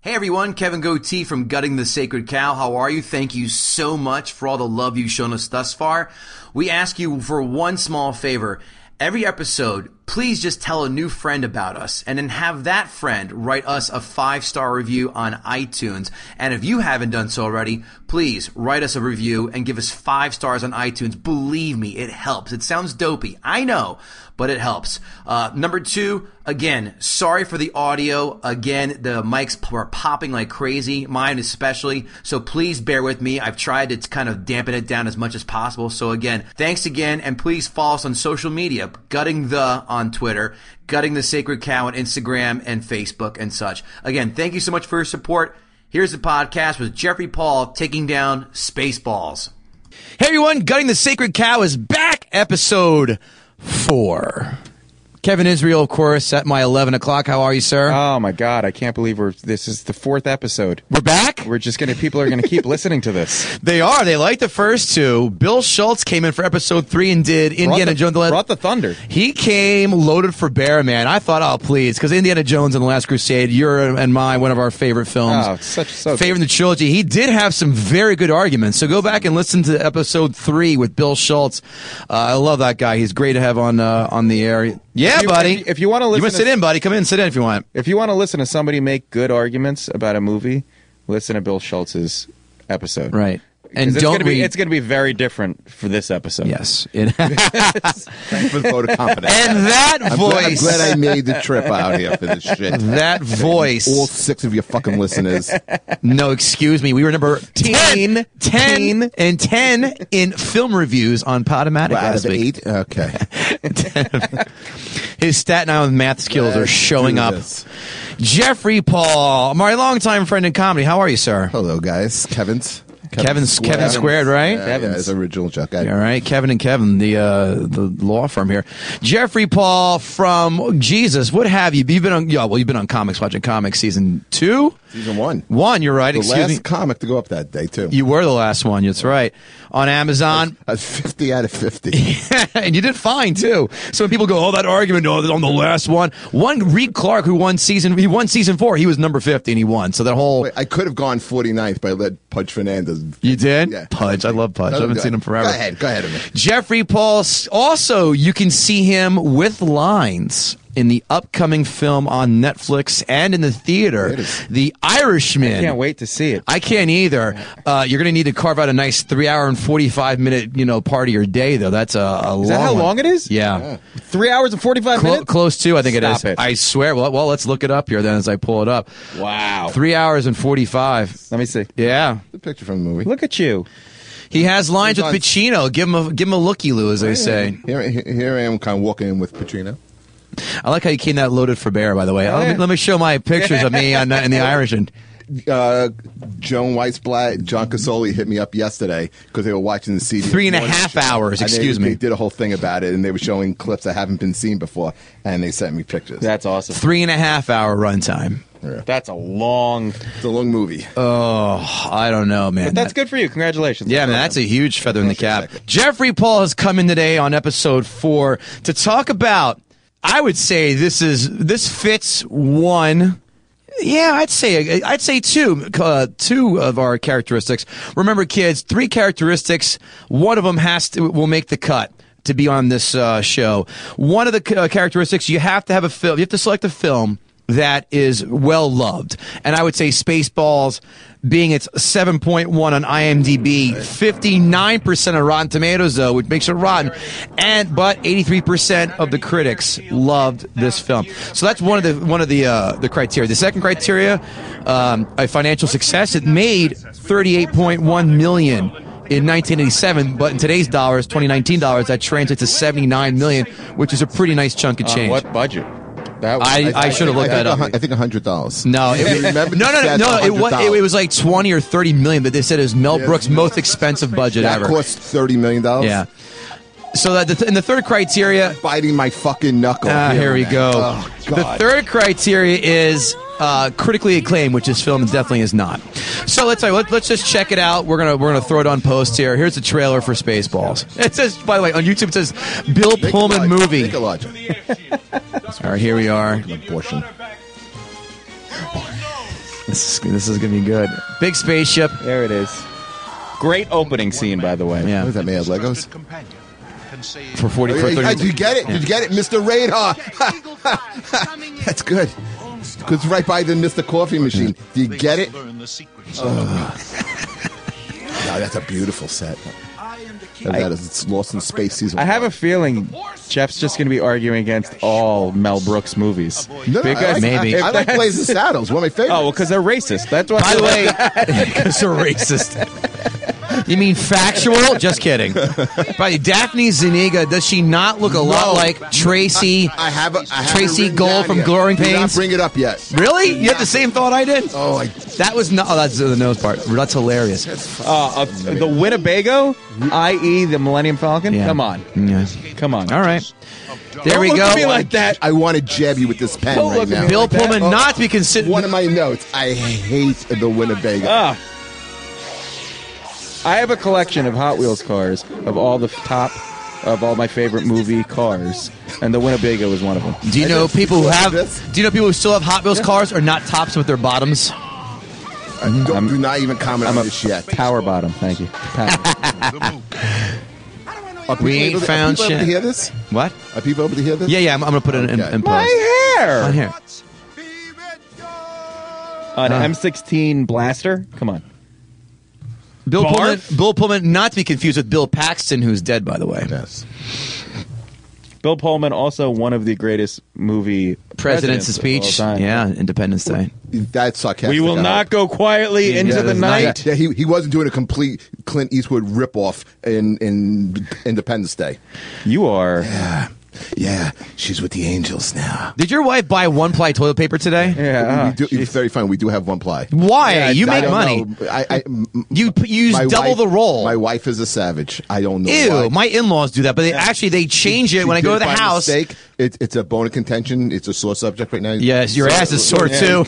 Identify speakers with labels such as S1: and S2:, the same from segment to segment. S1: Hey everyone, Kevin Goatee from Gutting the Sacred Cow. How are you? Thank you so much for all the love you've shown us thus far. We ask you for one small favor. Every episode, please just tell a new friend about us and then have that friend write us a five star review on iTunes. And if you haven't done so already, please write us a review and give us five stars on iTunes. Believe me, it helps. It sounds dopey. I know, but it helps. Uh, number two, again, sorry for the audio. Again, the mics p- are popping like crazy, mine especially. So please bear with me. I've tried to kind of dampen it down as much as possible. So again, thanks again, and please follow us on social media, gutting the on Twitter, gutting the sacred cow on Instagram and Facebook and such. Again, thank you so much for your support. Here's the podcast with Jeffrey Paul taking down Spaceballs.
S2: Hey everyone, Gutting the Sacred Cow is back, episode four. Kevin Israel, of course, at my 11 o'clock. How are you, sir?
S3: Oh my god, I can't believe we're this is the fourth episode.
S2: We're back?
S3: We're just gonna people are gonna keep listening to this.
S2: They are. They like the first two. Bill Schultz came in for episode three and did Indiana
S3: the-
S2: Jones. and the Last-
S3: brought the thunder.
S2: He came loaded for bear, man. I thought, oh, please, because Indiana Jones and the Last Crusade, your and mine, one of our favorite films.
S3: Oh, such- so good.
S2: favorite in the trilogy. He did have some very good arguments. So go back and listen to episode three with Bill Schultz. Uh, I love that guy. He's great to have on uh, on the air. Yeah,
S3: If you-
S2: buddy.
S3: if you- if you wanna
S2: you
S3: listen
S2: wanna
S3: to-
S2: sit in, buddy. Come in, sit in if you want.
S3: If you want to listen to somebody make good arguments about a movie, listen to Bill Schultz's episode.
S2: Right.
S3: 'Cause
S2: And
S3: it's
S2: don't
S3: gonna
S2: read-
S3: be it's gonna be very different for this episode.
S2: Yes. It-
S4: Thanks for the vote of confidence.
S2: and that
S4: I'm
S2: voice.
S4: glad, I'm glad I made the trip out here for this shit.
S2: that voice.
S4: All six of your fucking listeners.
S2: No, excuse me. We were number 10,
S3: Teen.
S2: 10
S3: Teen.
S2: and 10 in film reviews on Podomatic
S4: Well, out
S2: last
S4: of
S2: week.
S4: eight? Okay.
S2: His Staten Island math skills are
S4: Let's
S2: showing
S4: do
S2: up.
S4: this.
S2: Jeffrey Paul, my longtime friend in comedy. How are you, sir?
S4: Hello, guys. Kevin's.
S2: Kevin's- Kevin Squared, right?
S4: Yeah, yeah, his original joke. I,
S2: All right, Kevin and Kevin, the uh, the law firm here. Jeffrey Paul from Jesus, what have you? You've been on, yeah, well, you've been on comics, watching comics season two,
S4: Season one.
S2: one. You're right.
S4: The
S2: excuse
S4: last
S2: me,
S4: comic to go up that day, too.
S2: you were the last one. That's right. On Amazon,
S4: That's 50 out of 50.
S2: and you did fine too. So when people go, "Oh, that argument oh, on the last one," one Reed Clark who won season he won season four, he was number fifty and he won. So that whole
S4: Wait, I could have gone 49th, but I let Pudge Fernandez.
S2: you did
S4: Yeah.
S2: Pudge, I love Pudge. I haven't seen him forever.
S4: Go ahead. Go ahead. Amir.
S2: Jeffrey Paul. s- Also, you can see him with lines in the upcoming film on Netflix and in the theater,
S4: It is.
S2: The Irishman.
S3: I can't wait to see it.
S2: I can't either. Uh, you're going to need to carve out a nice three-hour and forty-five minute, you know, part of your day, though. That's a, a
S3: is that how
S2: one.
S3: long it is?
S2: yeah.
S3: Three hours and forty five
S2: Clo-
S3: minutes?
S2: close to, I think it
S3: Stop
S2: is.
S3: it.
S2: I swear. Well, well, let's look it up here then as I pull it up.
S3: Wow.
S2: Three hours and 45.
S3: Let me see.
S2: Yeah.
S4: The picture from the movie.
S3: Look at you.
S2: He has lines with
S4: He's on-
S2: Pacino. Give him a give him a looky loo, as they say.
S4: Here, here I am, kind of walking in with Pacino.
S2: I like how you came that loaded for bear, by the way. Let, me, let me show my pictures of me on, in the Irish. And
S4: Uh, Joan Weissblatt, John
S5: Mm-hmm.
S4: Casoli hit me up yesterday because they were watching the CD.
S2: Three and a
S4: morning
S2: half
S4: show.
S2: hours,
S4: And they-
S2: excuse me.
S4: They did a whole thing about it, and they were showing clips that haven't been seen before, and they sent me pictures.
S3: That's awesome.
S2: three and a half hour runtime.
S3: That's a long
S4: it's a long movie.
S5: Uh,
S2: I don't know, man.
S3: But that's good for you. Congratulations.
S2: Yeah, man, that's a huge feather in the cap. Jeffrey Paul has come in today on episode four to talk about. I would say this is this fits one. Yeah, I'd say I'd say two uh, two of our characteristics. Remember, kids, three characteristics. One of them has to will make the cut to be on this uh, show. One of the uh, characteristics you have to have a film. You have to select a film that is well loved. And I would say Spaceballs, being its 7.1 on IMDb, 59% of Rotten Tomatoes, though, which makes it rotten. And but 83% of the critics loved this film. So that's one of the one of the uh, the criteria. The second criteria, um, a financial success. It made 38.1 million. In 1987, but in today's dollars, 2019 dollars, that translates to 79 million, which is a pretty nice chunk of
S3: On
S2: change.
S3: Uh, what budget?
S4: That was,
S5: I- I should've looked
S4: think
S5: that
S4: a
S5: up.
S4: hun- I think hundred dollars.
S5: No, it, no,
S4: remember
S5: no,
S4: the
S5: no,
S4: stats,
S5: no. It was, it,
S4: $100.
S5: was like twenty or thirty million, but they said it was Mel Brooks' most expensive budget
S4: that
S5: ever.
S4: cost thirty million dollars.
S5: Yeah. So that the th- and the third criteria.
S4: biting my fucking knuckle.
S5: Ah, here we
S4: man.
S5: go.
S4: Oh,
S5: the
S4: God.
S5: third criteria is uh, critically acclaimed, which this film definitely is not. So let's uh, let, let's just check it out. We're gonna we're gonna throw it on post here. Here's the trailer for Spaceballs. It says, by the way, on YouTube it says Bill
S4: Make a
S5: Pullman
S4: lodge.
S5: movie.
S4: Make a lodge.
S5: All right, here we are.
S4: Abortion.
S5: This is, this is gonna be good. Big spaceship.
S3: There it is. Great opening scene, by the way.
S4: What
S5: Yeah.
S4: is that made of Legos?
S5: For forty for
S4: Hey, hey,
S5: thirty.
S4: you get it? Did you get it, Mr. Radar? That's good. Because right by the Mr. Coffee machine. Do you get it?
S6: Learn the secrets.
S4: Wow, that's a beautiful set.
S6: I am the king.
S4: And that is it's Lost in Space season.
S3: I have a feeling Jeff's just going to be arguing against all Mel Brooks movies.
S4: no, no, I
S3: because
S4: like,
S5: maybe.
S4: I, I like Blaze and Saddles. One of my favorites.
S3: Oh, well, because they're racist. That's why.
S5: By the way, because they're racist. You mean factual? Just kidding. By the way, Daphne Zuniga, does she not look a lot
S4: No.
S5: like Tracy?
S4: I have a I have it
S5: Tracy
S4: written
S5: Gold
S4: down
S5: from
S4: here.
S5: Glowing
S4: Do
S5: Pains?
S4: Not bring it up yet.
S5: really? You had the same thought I did?
S4: Oh, I,
S5: That was not. Oh, that's the nose part. That's hilarious.
S3: uh, uh, the Winnebago, i.e., the Millennium Falcon.
S5: Yeah.
S3: Come on,
S5: Yeah.
S3: come on.
S5: All right. There we
S3: Don't look
S5: go.
S3: at me like that.
S4: I want to jab you with this pen
S3: Don't
S4: right
S3: look at
S4: now.
S3: me
S5: Bill
S3: like that.
S5: Pullman
S4: Oh.
S5: not to be considered.
S4: One of my notes. I hate the Winnebago.
S3: Ah. I have a collection of Hot Wheels cars of all the top of all my favorite movie cars, and the Winnebago is one of them.
S5: do you know
S4: just-
S5: people who have?
S4: this.
S5: Do you know people who still have Hot Wheels cars are not tops with their bottoms?
S4: Don't, do not even comment
S3: I'm
S4: on
S3: a
S4: this yet.
S3: power bottom. Thank you. Power.
S4: Are people
S5: We ain't
S4: able to-
S5: found
S4: Are people able
S5: shit.
S4: to hear this?
S5: What?
S4: Are people able to hear this?
S5: Yeah, yeah. I'm, I'm gonna put it in, in,
S4: Okay.
S5: in pause.
S3: my
S5: On
S3: hair. Uh.
S5: here.
S3: An M16 blaster. Come on.
S5: Bill
S3: Barf.
S5: Pullman, Bill Pullman, not to be confused with Bill Paxton, who's dead, by the way.
S4: Yes.
S3: Bill Pullman, also one of the greatest movie
S5: President's
S3: presidents of
S5: speech.
S3: all time.
S5: Yeah, Independence Day.
S4: That's sarcastic.
S3: We will
S4: I
S3: not
S4: hope.
S3: go quietly
S5: Yeah,
S3: into
S5: that
S3: the
S5: is
S3: night.
S4: Yeah, he, he wasn't doing a complete Clint Eastwood ripoff in in Independence Day.
S3: You are.
S4: Yeah, she's with the angels now.
S5: Did your wife buy one ply toilet paper today?
S3: Yeah.
S4: we do, it's very funny. We do have one ply.
S5: ah, Why?
S4: Yeah,
S5: you
S4: I
S5: make
S4: don't
S5: money.
S4: know. I, I, m-
S5: You p- you use
S4: my
S5: double
S4: wife-
S5: the role.
S4: My wife is a savage. I don't know.
S5: Ew,
S4: why.
S5: my in-laws do that, but they actually they change it
S4: She
S5: when I go to
S4: did
S5: the
S4: by
S5: house.
S4: Mistake. It, it's a bone of contention. It's a sore subject right now.
S5: Yes, your
S4: So-
S5: ass is sore too.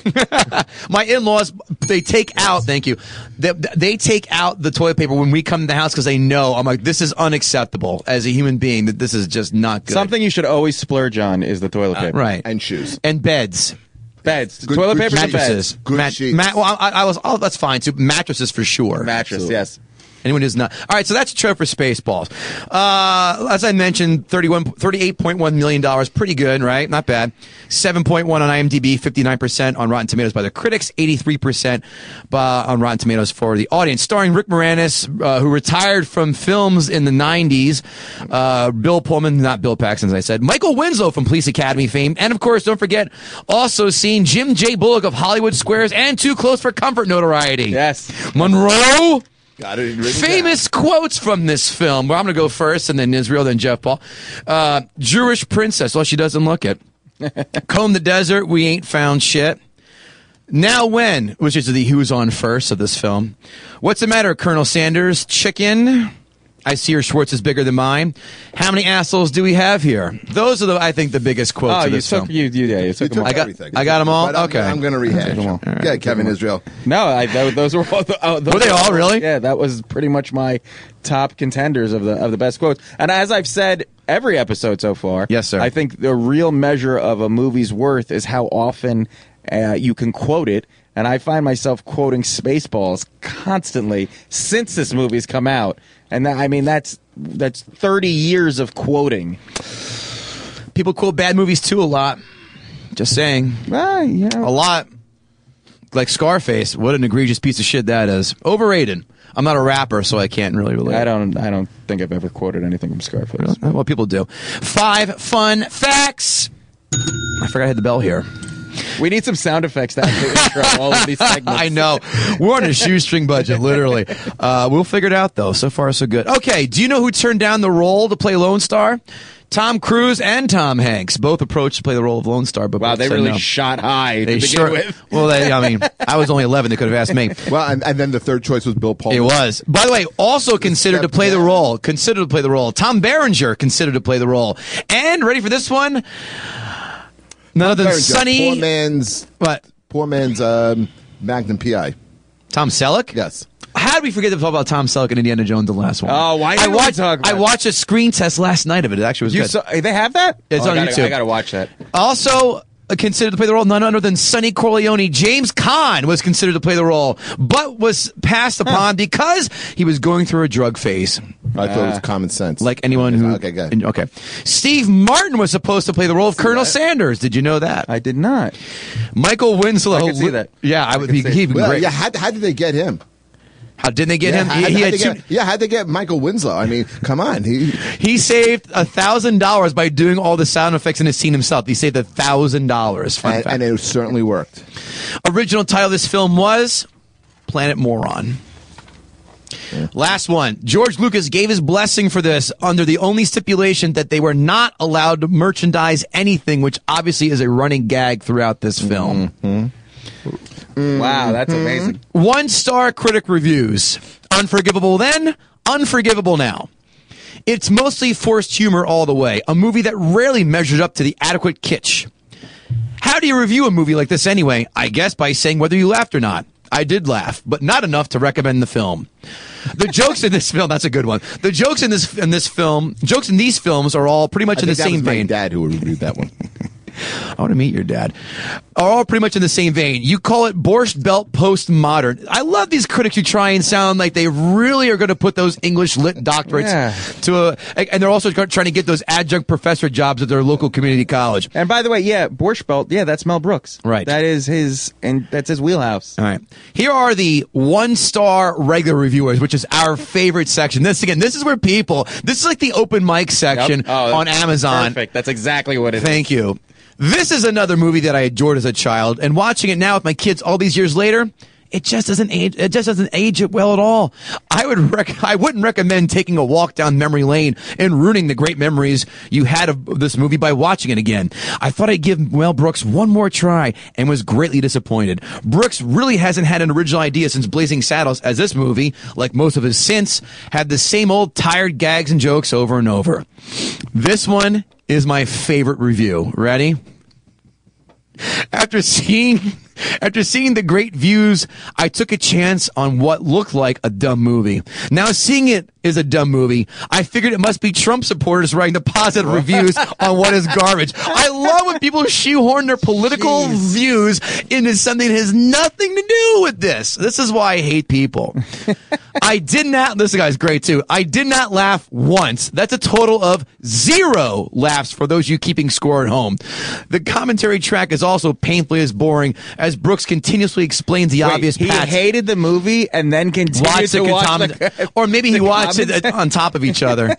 S5: my in-laws they take out. Thank you. They, they take out the toilet paper when we come to the house because they know I'm like this is unacceptable as a human being that this is just not good. Uh,
S3: Something you should always splurge on is the toilet paper.
S5: right
S4: And shoes.
S5: and beds.
S3: Beds.
S4: Good-
S3: toilet
S4: good
S3: paper and
S5: mattresses.
S3: beds.
S4: Good sheets.
S5: well, I, I was. Oh, that's fine too. Mattresses for sure.
S3: Mattress, yes.
S5: Anyone who's not. All right, so that's a trip for Spaceballs. Uh, as I mentioned, 31, $38.1 million. Pretty good, right? Not bad. 7.1 on IMDb, 59% on Rotten Tomatoes by the critics, 83% by, on Rotten Tomatoes for the audience. Starring Rick Moranis, uh, who retired from films in the 90s. Uh, Bill Pullman, not Bill Paxton, as I said. Michael Winslow from Police Academy fame. And of course, don't forget, also seen Jim J. Bullock of Hollywood Squares and Too Close for Comfort notoriety.
S3: Yes.
S5: Monroe.
S4: Got it. written
S5: Famous quotes from this film. Well, I'm going to go first, and then Israel, then Jeff Paul. Uh, Jewish princess. Well, she doesn't look it. Comb the desert. We ain't found shit. Now when, which is the who's on first of this film. What's the matter, Colonel Sanders? Chicken. I see your Schwartz is bigger than mine. How many assholes do we have here? Those are the I think the biggest quotes
S3: Oh,
S5: of
S3: you
S5: this
S3: took
S5: film.
S3: you, you, yeah, you took them
S4: down.
S3: all.
S5: I got-
S4: Everything.
S5: I got 'em all?
S4: But I'm-
S5: Okay.
S4: I'm going to rehash.
S3: them all.
S4: it. Yeah, Kevin Israel.
S3: No, I, that, those were all. The, oh, those
S5: Were they all really?
S3: Yeah, that was pretty much my top contenders of the of the best quotes. And as I've said every episode so far,
S5: Yes, sir.
S3: I think the real measure of a movie's worth is how often uh, you can quote it. And I find myself quoting Spaceballs constantly since this movie's come out. And that, I mean, that's that's thirty years of quoting.
S5: People quote bad movies too a lot. Just saying.
S3: Ah, yeah.
S5: a lot. Like Scarface, what an egregious piece of shit that is. Overrated. I'm not a rapper, so I can't really relate.
S3: I don't. I don't think I've ever quoted anything from Scarface.
S5: Uh, Well, people do. Five fun facts. I forgot I had the bell here.
S3: We need some sound effects to actually intro all of these segments.
S5: I know. We're on a shoestring budget, literally. Uh, we'll figure it out, though. So far, so good. Okay, do you know who turned down the role to play Lone Star? Tom Cruise and Tom Hanks both approached to play the role of Lone Star, but
S3: Wow,
S5: both
S3: they
S5: said
S3: really
S5: no.
S3: shot high to
S5: They
S3: begin
S5: sure.
S3: with.
S5: Well, they, I mean, I was only 11. They could have asked me.
S4: Well, and, and then the third choice was Bill Pullman.
S5: It was. By the way, also considered to
S4: Step
S5: play the
S4: down.
S5: role. Considered to play the role. Tom Berenger considered to play the role. And ready for this one? None other than
S4: Berenger, Poor
S5: Sonny.
S4: man's.
S5: What?
S4: Poor man's um, Magnum PI.
S5: Tom Selleck?
S4: Yes.
S5: How did we forget to talk about Tom Selleck and Indiana Jones, the last one?
S3: Oh, why
S5: I
S3: didn't we
S5: watched,
S3: talk about
S5: I
S3: it?
S5: watched a screen test last night of it. It actually was
S3: You
S5: good.
S3: saw, they have that?
S5: It's
S3: Oh,
S5: on
S3: I gotta,
S5: YouTube.
S3: I gotta watch that.
S5: Also uh, considered to play the role, none other than Sonny Corleone. James Caan was considered to play the role, but was passed upon because he was going through a drug phase.
S4: I thought it was common sense.
S5: Uh, Like anyone who.
S4: Okay, good.
S5: and- Okay. Steve Martin was supposed to play the role of Colonel Sanders. Did you know that?
S3: I did not.
S5: Michael Winslow.
S3: I could see that.
S5: Yeah, I, would. He,
S3: see it.
S5: he'd been
S4: Well,
S5: great.
S4: yeah, how, how did they get him?
S5: How did they get
S4: yeah,
S5: him?
S4: How,
S5: he, he
S4: how'd
S5: had
S4: they
S5: two,
S4: get, yeah, how'd they get Michael Winslow? I mean, come on. He,
S5: He saved a thousand dollars by doing all the sound effects in his scene himself. He saved a thousand dollars. Fun
S4: and,
S5: fact.
S4: and it certainly worked.
S5: Original title of this film was Planet Moron. Last one. George Lucas gave his blessing for this under the only stipulation that they were not allowed to merchandise anything, which obviously is a running gag throughout this film.
S3: Wow, that's amazing.
S5: One star critic reviews. Unforgivable then, unforgivable now. It's mostly forced humor all the way, a movie that rarely measured up to the adequate kitsch. How do you review a movie like this anyway? I guess by saying whether you laughed or not. I did laugh, but not enough to recommend the film. The jokes in this film, that's a good one. The jokes in this in this film, jokes in these films are all pretty much
S4: I
S5: in the
S4: think that
S5: same
S4: was my
S5: vein.
S4: dad who reviewed that one.
S5: I want to meet your dad. Are all pretty much in the same vein. You call it Borscht Belt postmodern. I love these critics who try and sound like they really are going to put those English lit doctorates
S3: Yeah.
S5: to a, and they're also trying to get those adjunct professor jobs at their local community college.
S3: And by the way, yeah, Borscht Belt, yeah, that's Mel Brooks.
S5: Right.
S3: That is his, and that's his wheelhouse.
S5: All right. Here are the one star regular reviewers, which is our favorite section. This again, this is where people, this is like the open mic section
S3: Yep. Oh,
S5: on Amazon.
S3: Perfect. That's exactly what it is.
S5: Thank you. This is another movie that I adored as a child, and watching it now with my kids all these years later, it just doesn't age. It just doesn't age it well at all. I would rec- I wouldn't recommend taking a walk down memory lane and ruining the great memories you had of this movie by watching it again. I thought I'd give Mel Brooks one more try and was greatly disappointed. Brooks really hasn't had an original idea since Blazing Saddles, as this movie, like most of his since, had the same old tired gags and jokes over and over. This one is my favorite review. Ready? After seeing after seeing the great views, I took a chance on what looked like a dumb movie. Now seeing it is a dumb movie. I figured it must be Trump supporters writing the positive reviews on what is garbage. I love when people shoehorn their political views into something that has nothing to do with this. This is why I hate people. I did not. This guy's great too. I did not laugh once. That's a total of zero laughs for those of you keeping score at home. The commentary track is also painfully as boring as Brooks continuously explains the
S3: Wait,
S5: obvious.
S3: He
S5: pats.
S3: hated the movie and then continued
S5: Watch
S3: to
S5: the
S3: watch
S5: contamin-
S3: the-
S5: or maybe he
S3: the
S5: watched it
S3: comments.
S5: on top of each other.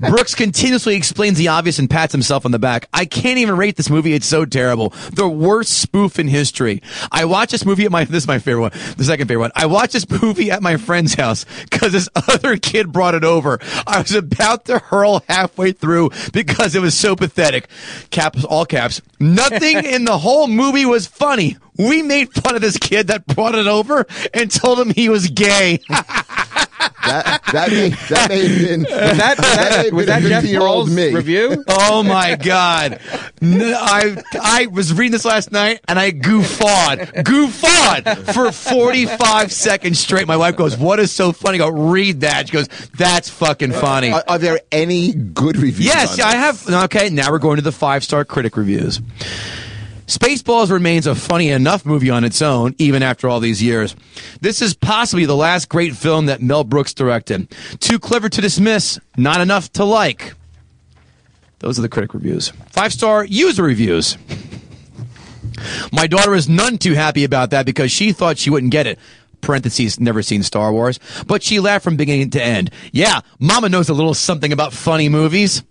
S5: Brooks continuously explains the obvious and pats himself on the back. I can't even rate this movie. It's so terrible. The worst spoof in history. I watched this movie at my this is my favorite one. The second favorite one. I watched this movie at my friend's house because this other kid brought it over. I was about to hurl halfway through because it was so pathetic. Caps all caps. Nothing in the whole movie was funny. We made fun of this kid that brought it over and told him he was gay.
S4: That that may, that may have been
S3: That, that, was that Jeff
S4: year old
S3: Paul's
S4: me.
S3: review?
S5: Oh my God! No, I I was reading this last night and I goof on, goof on for forty five seconds straight. My wife goes, "What is so funny?" I go, "Read that." She goes, "That's fucking funny."
S4: Are, are there any good reviews?
S5: Yes,
S4: on
S5: I
S4: it?
S5: have. Okay, now we're going to the five star critic reviews. Spaceballs remains a funny enough movie on its own, even after all these years. This is possibly the last great film that Mel Brooks directed. Too clever to dismiss, not enough to like. Those are the critic reviews. Five star user reviews. My daughter is none too happy about that because she thought she wouldn't get it. Parentheses, never seen Star Wars, but she laughed from beginning to end. Yeah, Mama knows a little something about funny movies.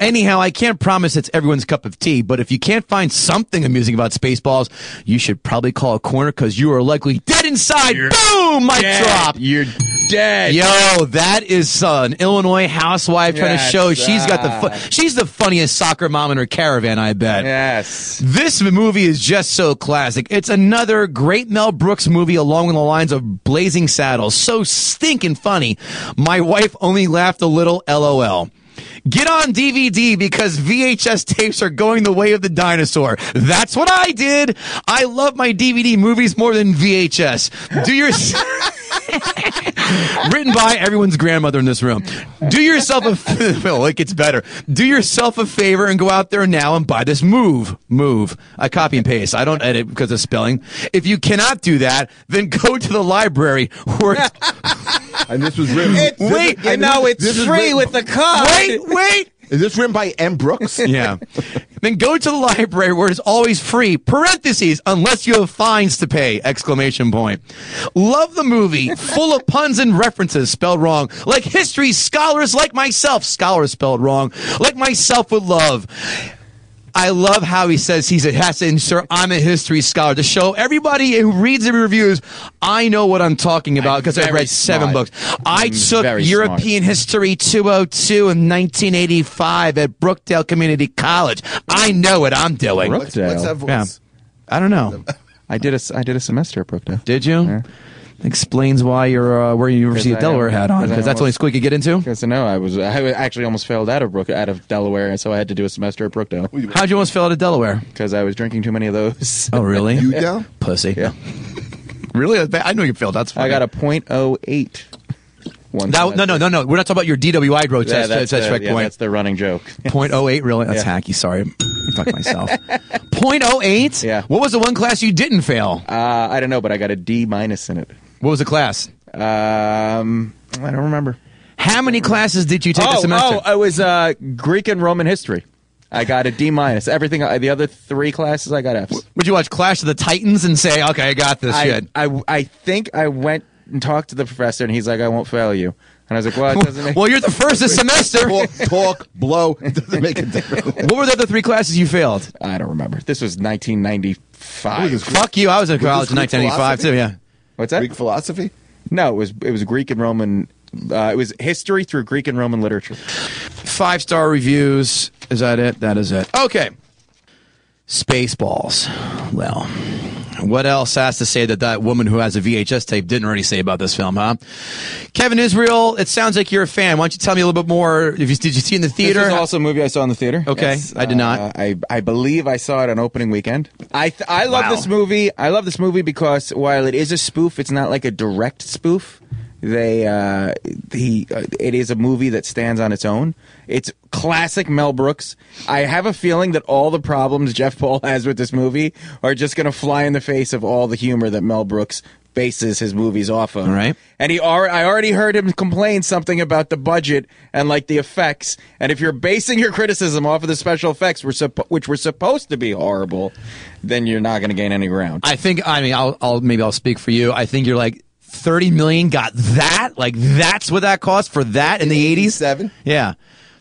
S5: Anyhow, I can't promise it's everyone's cup of tea, but if you can't find something amusing about Spaceballs, you should probably call a corner because you are likely dead inside. Boom! Mic drop.
S3: You're dead.
S5: Yo, that is uh, an Illinois housewife trying
S3: Yes,
S5: to show she's got the
S3: ah.
S5: fu- she's the funniest soccer mom in her caravan. I bet.
S3: Yes.
S5: This movie is just so classic. It's another great Mel Brooks movie along the lines of Blazing Saddles. So stinking funny. My wife only laughed a little, lol. Get on DVD because VHS tapes are going the way of the dinosaur. That's what I did. I love my DVD movies more than VHS. Do your. written by everyone's grandmother in this room. Do yourself a well, it gets better. Do yourself a favor and go out there now and buy this move. Move. I copy and paste. I don't edit because of spelling. If you cannot do that, then go to the library where it's
S4: And this was written.
S3: It's-
S4: this-
S5: wait,
S4: and
S3: You
S4: this-
S3: know it's
S4: this is
S3: free
S4: written-
S3: with the card.
S5: Wait, wait.
S4: Is this written by M. Brooks?
S5: Yeah. then go to the library where it's always free. Parentheses, unless you have fines to pay! Exclamation point. Love the movie, full of puns and references spelled wrong, like history scholars like myself, scholars spelled wrong, like myself would love. I love how he says he's a has to insert I'm a history scholar to show everybody who reads the reviews I know what I'm talking about because I've
S3: very
S5: read seven
S3: smart.
S5: books. I
S3: I'm
S5: took
S3: very smart.
S5: European History 202 in 1985 at Brookdale Community College. I know what I'm doing.
S4: What's, what's that voice?
S5: Yeah. I don't know.
S3: I did a s- I did a semester at Brookdale.
S5: Did you? Explains why you're uh, wearing your University of
S3: Because I am-
S5: Delaware hat on
S3: because I
S5: because that's the only
S3: almost-
S5: school you could get into.
S3: Because no, I was I actually almost failed out of Brook out of Delaware, so I had to do a semester at Brookdale
S5: How'd you almost fail out of Delaware?
S3: because I was drinking too many of those.
S5: Oh, really?
S4: You down?
S5: Pussy. really? I- I know you failed. That's funny.
S3: I got a .08. One
S5: That, no, no, no, no. We're not talking about your DWI road
S3: Yeah,
S5: test.
S3: that's,
S5: That's,
S3: the,
S5: checkpoint.
S3: yeah, that's the running joke.
S5: Point oh eight, really? That's
S3: Yeah.
S5: hacky. Sorry, fuck myself. Point oh eight.
S3: Yeah.
S5: What was the one class you didn't fail?
S3: Uh, I don't know, but I got a D minus in it.
S5: What was the class?
S3: Um, I don't remember.
S5: How many classes did you take this semester?
S3: oh, it was uh, Greek and Roman history. I got a D minus. Everything uh, the other three classes, I got Fs.
S5: Would you watch Clash of the Titans and say, "Okay, I got this shit"?
S3: I, I I think I went and talked to the professor, and he's like, "I won't fail you." And I was like, "Well, it doesn't make."
S5: well, you're the first this semester.
S4: Talk, talk, blow. It doesn't make a difference.
S5: what were the other three classes you failed?
S3: I don't remember. This was 1995.
S5: Fuck you! I was in
S4: this
S5: college in
S4: Greek
S5: 1985 too. Yeah.
S3: What's that?
S4: Greek philosophy?
S3: No, it was it was Greek and Roman. Uh, it was history through Greek and Roman literature.
S5: Five star reviews. Is that it? That is it. Okay. Spaceballs. Well, what else has to say that that woman who has a VHS tape didn't already say about this film, huh? Kevin Israel, it sounds like you're a fan. Why don't you tell me a little bit more? If you, did you see it in the theater?
S3: This is also a movie I saw in the theater.
S5: Okay, I did not.
S3: Uh, I I believe I saw it on opening weekend. I th- I love
S5: Wow.
S3: this movie. I love this movie because while it is a spoof, it's not like a direct spoof. They uh, the uh, it is a movie that stands on its own. It's classic Mel Brooks. I have a feeling that all the problems Jeff Paul has with this movie are just going to fly in the face of all the humor that Mel Brooks bases his movies off of.
S5: All right.
S3: And he alre I already heard him complain something about the budget and like the effects. And if you're basing your criticism off of the special effects, were suppo- which were supposed to be horrible, then you're not going to gain any ground.
S5: I think I mean I'll, I'll maybe I'll speak for you. I think you're like 30 million got that? Like that's what that cost for that in the 80s?
S4: 87?
S5: Yeah.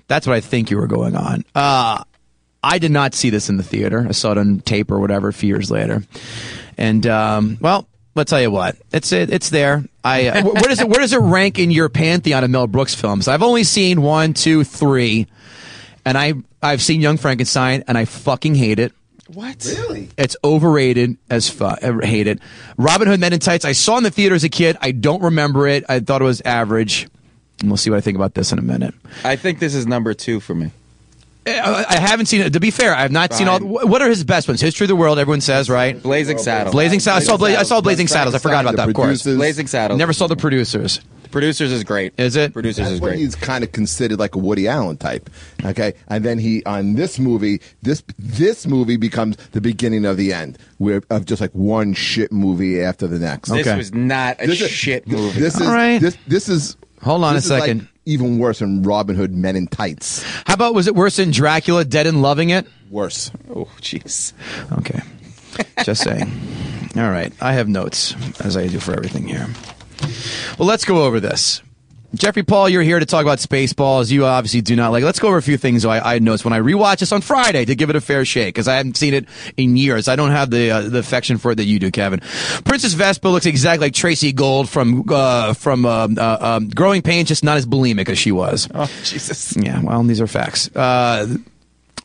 S5: That's what I think you were going on. Uh I did not see this in the theater. I saw it on tape or whatever a few years later. And um well, let's tell you what. It's it, it's there. I uh, wh- where does it where does it rank in your pantheon of Mel Brooks films? I've only seen one, two, three, and I I've seen Young Frankenstein and I fucking hate it.
S3: What?
S4: Really?
S5: It's overrated as fuck. I hate it. Robin Hood Men in Tights. I saw in the theater as a kid. I don't remember it. I thought it was average. And we'll see what I think about this in a minute.
S3: I think this is number two for me.
S5: I- I, I haven't seen it. To be fair, I have not seen all.
S3: Fine.
S5: wh- What are his best ones? History of the World. Everyone says right.
S3: Blazing Saddles.
S5: Blazing Saddles. I saw, Bla- I saw Blazing Saddles. I forgot about that. Of course.
S4: Producers.
S3: Blazing Saddles.
S5: Never saw the producers.
S3: Producers is great.
S5: Is it?
S3: Producers
S4: That's
S3: is
S4: when
S3: great.
S4: he's kind of considered like a Woody Allen type, okay. And then he on this movie, this this movie becomes the beginning of the end, where of just like one shit movie after the next.
S3: This
S5: Okay.
S3: was not a
S4: This is-
S3: shit movie.
S4: This is
S5: All right.
S4: this this is.
S5: Hold on
S4: this
S5: a
S4: is, like,
S5: second.
S4: even worse than Robin Hood Men in Tights.
S5: How about was it worse than Dracula? Dead and Loving It.
S4: Worse.
S3: oh, jeez.
S5: Okay. Just saying. All right. I have notes, as I do for everything here. Well, let's go over this. Jeffrey Paul, you're here to talk about Spaceballs. You obviously do not like. it. Let's go over a few things. Though I, I noticed when I rewatched this on Friday to give it a fair shake because I haven't seen it in years. I don't have the uh, the affection for it that you do, Kevin. Princess Vespa looks exactly like Tracy Gold from uh, from um, uh, um, Growing Pains, just not as bulimic as she was.
S3: Oh, Jesus.
S5: Yeah, well, these are facts. Uh,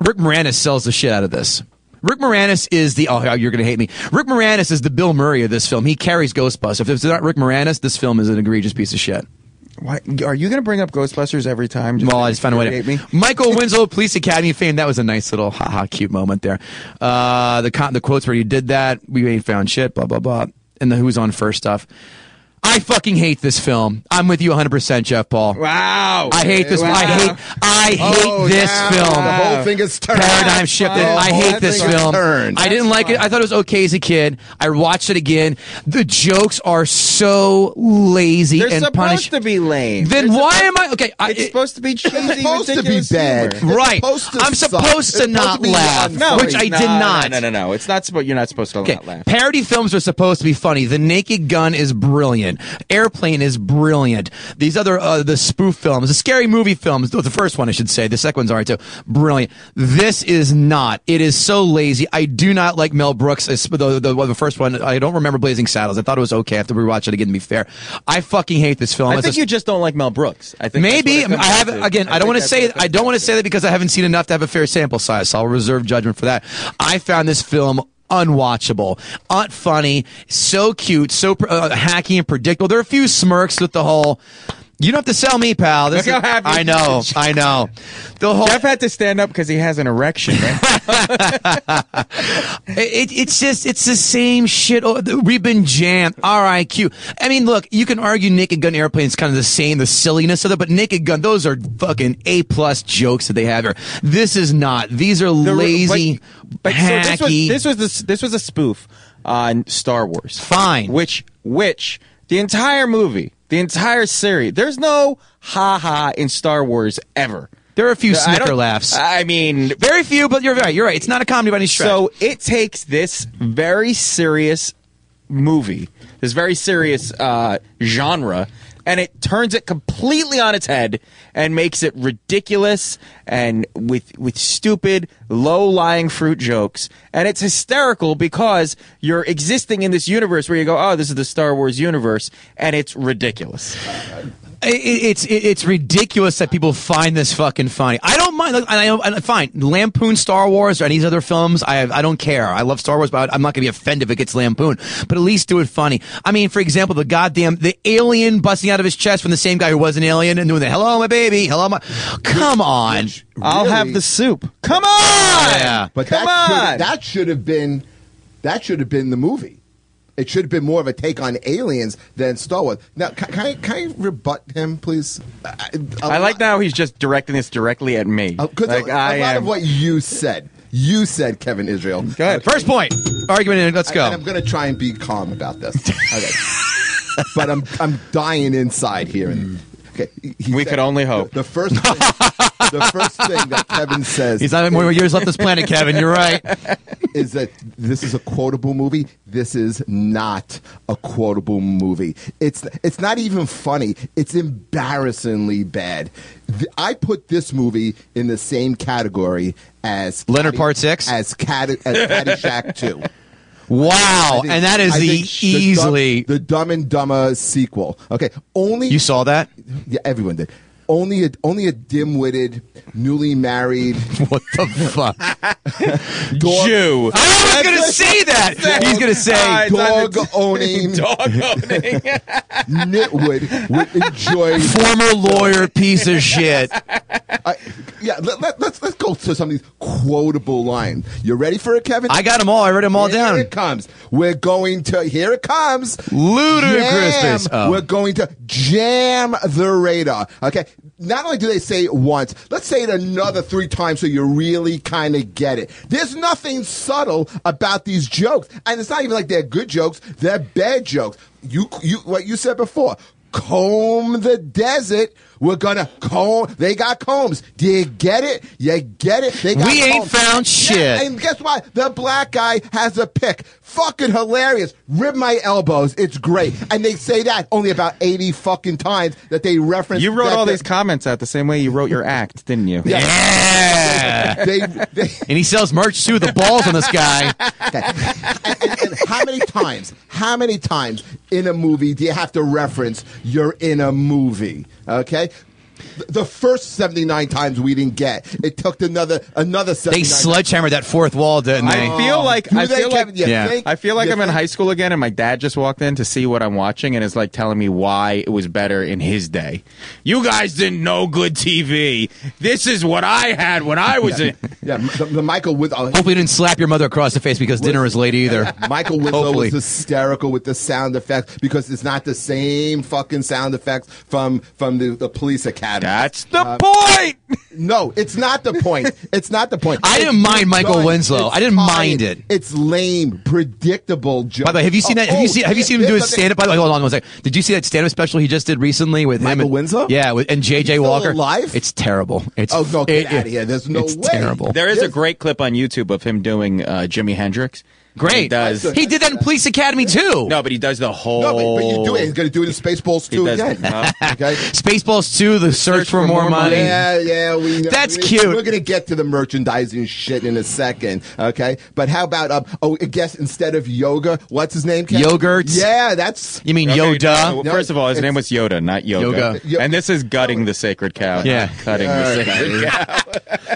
S5: Rick Moranis sells the shit out of this. Rick Moranis is the oh you're gonna hate me. Rick Moranis is the Bill Murray of this film. He carries Ghostbusters. If it's not Rick Moranis, this film is an egregious piece of shit.
S3: Why, are you going to bring up Ghostbusters every time?
S5: Well, I just found a way
S3: irritate
S5: to.
S3: me?
S5: Michael Winslow, Police Academy fame. That was a nice little haha cute moment there. Uh, the con- the quotes where you did that. We ain't found shit. Blah blah blah. And the who's on first stuff. I fucking hate this film. I'm with you 100, percent Jeff Paul.
S3: Wow.
S5: I hate this. I
S3: Wow.
S5: hate. I hate
S4: Oh,
S5: this
S4: now
S5: film.
S4: The whole thing is turned.
S5: Paradigm shifted.
S4: The
S5: I
S4: whole
S5: hate this
S4: thing is
S5: film.
S4: Turned.
S5: I didn't like it. I thought it was okay as a kid. I watched it again. The jokes are so lazy
S3: They're
S5: and
S3: supposed
S5: punish-
S3: to be lame.
S5: Then
S3: They're
S5: why
S3: supposed-
S5: am I okay? I,
S3: It's supposed to be cheesy.
S4: It's supposed to be
S3: ridiculous
S4: bad.
S3: humor.
S4: It's
S5: right.
S4: supposed to
S5: I'm
S4: suck. It's
S5: supposed to
S4: supposed
S5: not
S4: to be
S5: laugh,
S4: unfunny. No,
S5: which I
S3: no,
S5: did
S3: no,
S5: not.
S3: No, no, no, It's not supposed. You're not supposed to
S5: Okay.
S3: not laugh.
S5: Parody films are supposed to be funny. The Naked Gun is brilliant. Airplane is brilliant. These other uh, the spoof films, the scary movie films, the first one I should say, the second one's alright too. Brilliant. This is not. It is so lazy. I do not like Mel Brooks. as- The, the, the first one, I don't remember Blazing Saddles. I thought it was okay. I have to rewatch it again to be fair. I fucking hate this film.
S3: I
S5: It's
S3: think
S5: a-
S3: you just don't like Mel Brooks. I think
S5: Maybe
S3: that's what it
S5: I
S3: comes
S5: have
S3: down to.
S5: again. I, don't
S3: think
S5: want to
S3: that's
S5: say.
S3: what it
S5: I
S3: comes
S5: don't want
S3: down
S5: to say that because I haven't seen enough to have a fair sample size. So I'll reserve judgment for that. I found this film unwatchable, not funny, so cute, so uh, hacky and predictable. There are a few smirks with the whole. You don't have to sell me, pal. This
S3: Look how
S5: is-
S3: happy
S5: I
S3: he
S5: know.
S3: is.
S5: I know. The whole
S3: Jeff had to stand up because he has an erection. Right?
S5: It, it's just it's the same shit. Oh, th- We've been jammed. All right, cute. I mean, look, you can argue Naked Gun Airplane's kind of the same, the silliness of it, but Naked Gun, those are fucking a plus jokes that they have here. This is not. These are
S3: The-
S5: lazy,
S3: but- but so
S5: hacky.
S3: this was this was this, this was a spoof on Star Wars.
S5: Fine.
S3: Which which the entire movie, the entire series. There's no ha ha in Star Wars ever.
S5: there are a few
S3: I don't-
S5: snicker laughs,
S3: I mean,
S5: very few, but you're right. You're right. It's not a comedy by any stretch.
S3: So it takes this very serious movie, this very serious uh, genre, and it turns it completely on its head and makes it ridiculous and with with stupid, low lying fruit jokes. And it's hysterical because you're existing in this universe where you go, oh, this is the Star Wars universe, and it's ridiculous.
S5: it, it- it's it, it's ridiculous that people find this fucking funny. I don't mind. Look, and I, don't- and fine. Lampoon Star Wars or any of these other films. I I don't care. I love Star Wars, but I'm not gonna be offended if it gets lampooned. But at least do it funny. I mean, for example, the goddamn the alien busting out of his chest from the same guy who was an alien and doing the hello my baby, hello my. Come on.
S3: I'll have
S4: Really?
S3: the soup. Come on!
S5: Yeah.
S4: But
S3: Come
S4: that
S3: on!
S4: Should, that should have been that should have been the movie. It should have been more of a take on aliens than Star Wars. Now, can, can, I, can I rebut him, please? I
S3: I like now he's just directing this directly at me.
S4: because
S3: Like,
S4: Oh, a,
S3: I
S4: lot
S3: am-
S4: of what you said. You said Kevin Israel. Go
S3: ahead.
S5: First point. Argument. in, Let's go.
S4: And I'm going to try and be calm about this. Okay. but I'm I'm dying inside here. And, okay. he
S3: We could only hope.
S4: The, the first thing, the first thing that Kevin says
S5: He's not having more years left this planet, Kevin. You're right.
S4: is that this is a quotable movie. This is not a quotable movie. It's it's not even funny. It's embarrassingly bad. Th- I put this movie in the same category as
S5: Leonard
S4: Caddy-
S5: Part Six?
S4: as Caddy, as Caddyshack Two.
S5: Wow.
S4: I think-
S5: and that is
S4: I
S5: the
S4: think sh-
S5: easily.
S4: the dumb, the Dumb and Dumber sequel. Okay, only
S5: you saw that?
S4: yeah, everyone did. Only a only a dim-witted, newly married
S5: What the fuck?
S4: dog,
S3: Jew.
S5: I was gonna say that. He's gonna say.
S3: It's on
S4: dog
S3: the-
S4: owning
S3: Dog owning.
S4: nitwit would enjoy
S5: former lawyer piece of shit.
S4: I, yeah, let, let, let's let's go to some of these quotable lines. You ready for it, Kevin?
S5: I got them all. I wrote them all
S4: here
S5: down.
S4: it comes. We're going to. Here it comes.
S5: Ludicrousness.
S4: Jam.
S5: Oh.
S4: We're going to jam the radar. Okay. Not only do they say it once, let's say it another three times so you really kind of get it. There's nothing subtle about these jokes, and it's not even like they're good jokes. They're bad jokes. You you what you said before. Comb the desert We're gonna comb. They got combs. Do you get it? You get it? They got
S5: We ain't
S4: combs.
S5: found
S4: Yeah,
S5: shit.
S4: and guess what? The black guy has a pick. Fucking hilarious. Rib my elbows. It's great. And they say that only about eighty fucking times that they reference.
S3: You wrote
S4: that
S3: all
S4: the-
S3: these comments out the same way you wrote your act, didn't you?
S4: Yeah.
S5: Yeah.
S4: They, they,
S5: And he sells merch too. The balls on this guy.
S4: and, and how many times? How many times in a movie do you have to reference you're in a movie? Okay. Th- The first seventy nine times we didn't get. It took another another Oh. seventy
S5: They
S4: nine.
S5: sledgehammered that fourth wall, didn't they?
S3: I feel like I feel like
S5: Yeah.
S3: I feel like I'm in high school again, and my dad just walked in to see what I'm watching, and is like telling me why it was better in his day. You guys didn't know good TV. This is what I had when I was in.
S4: Yeah, the, the Michael with
S3: Oh,
S4: uh,
S5: Hope we didn't slap your mother across the face because dinner is late either.
S4: Michael Winslow
S5: Hopefully.
S4: was hysterical with the sound effects because it's not the same fucking sound effects from from the, the police academy.
S3: That's the
S4: Uh,
S3: point.
S4: no, it's not the point. It's not the point.
S5: I didn't
S4: It's
S5: mind Michael
S4: done.
S5: Winslow.
S4: It's
S5: I didn't
S4: fine.
S5: mind it.
S4: It's lame, predictable. Joke.
S5: By the way, have you seen
S4: Oh,
S5: that? Have you
S4: oh,
S5: seen? Have you seen him
S4: yeah,
S5: do his
S4: yeah,
S5: stand up? By the way, hold on one second. Did you see that stand up special he just did recently with him
S4: Michael
S5: and,
S4: Winslow?
S5: Yeah, with, and JJ
S4: still
S5: Walker.
S4: alive?
S5: It's terrible. It's
S4: Oh, no, get
S5: it-
S4: outta here. There's no
S5: it's
S4: way.
S5: terrible.
S3: There is a
S4: oh. Yes.
S3: great clip on YouTube of him doing uh, Jimi Hendrix.
S5: Great.
S3: He does
S5: He did that in Police Academy too.
S3: no, but he does the whole.
S4: No, but, but you do it. He's going to do it in Spaceballs
S3: He
S4: too
S3: does
S4: again.
S3: that.
S4: okay.
S5: Spaceballs two, The Search, for, More, Money.
S4: Yeah, yeah, we know.
S5: That's
S4: We-
S5: cute.
S4: We're gonna get to the merchandising shit in a second, okay? But how about um? Oh, I guess instead of yoga, what's his name? Ken?
S5: Yogurts?
S4: Yeah, that's
S5: You mean
S3: Okay,
S5: Yoda?
S3: no, first of all, his
S4: it's-
S3: name was Yoda, not Yoga.
S5: Yoga.
S4: Yo-
S3: And this is gutting the sacred cow.
S5: Yeah.
S3: not Cutting the sacred cow.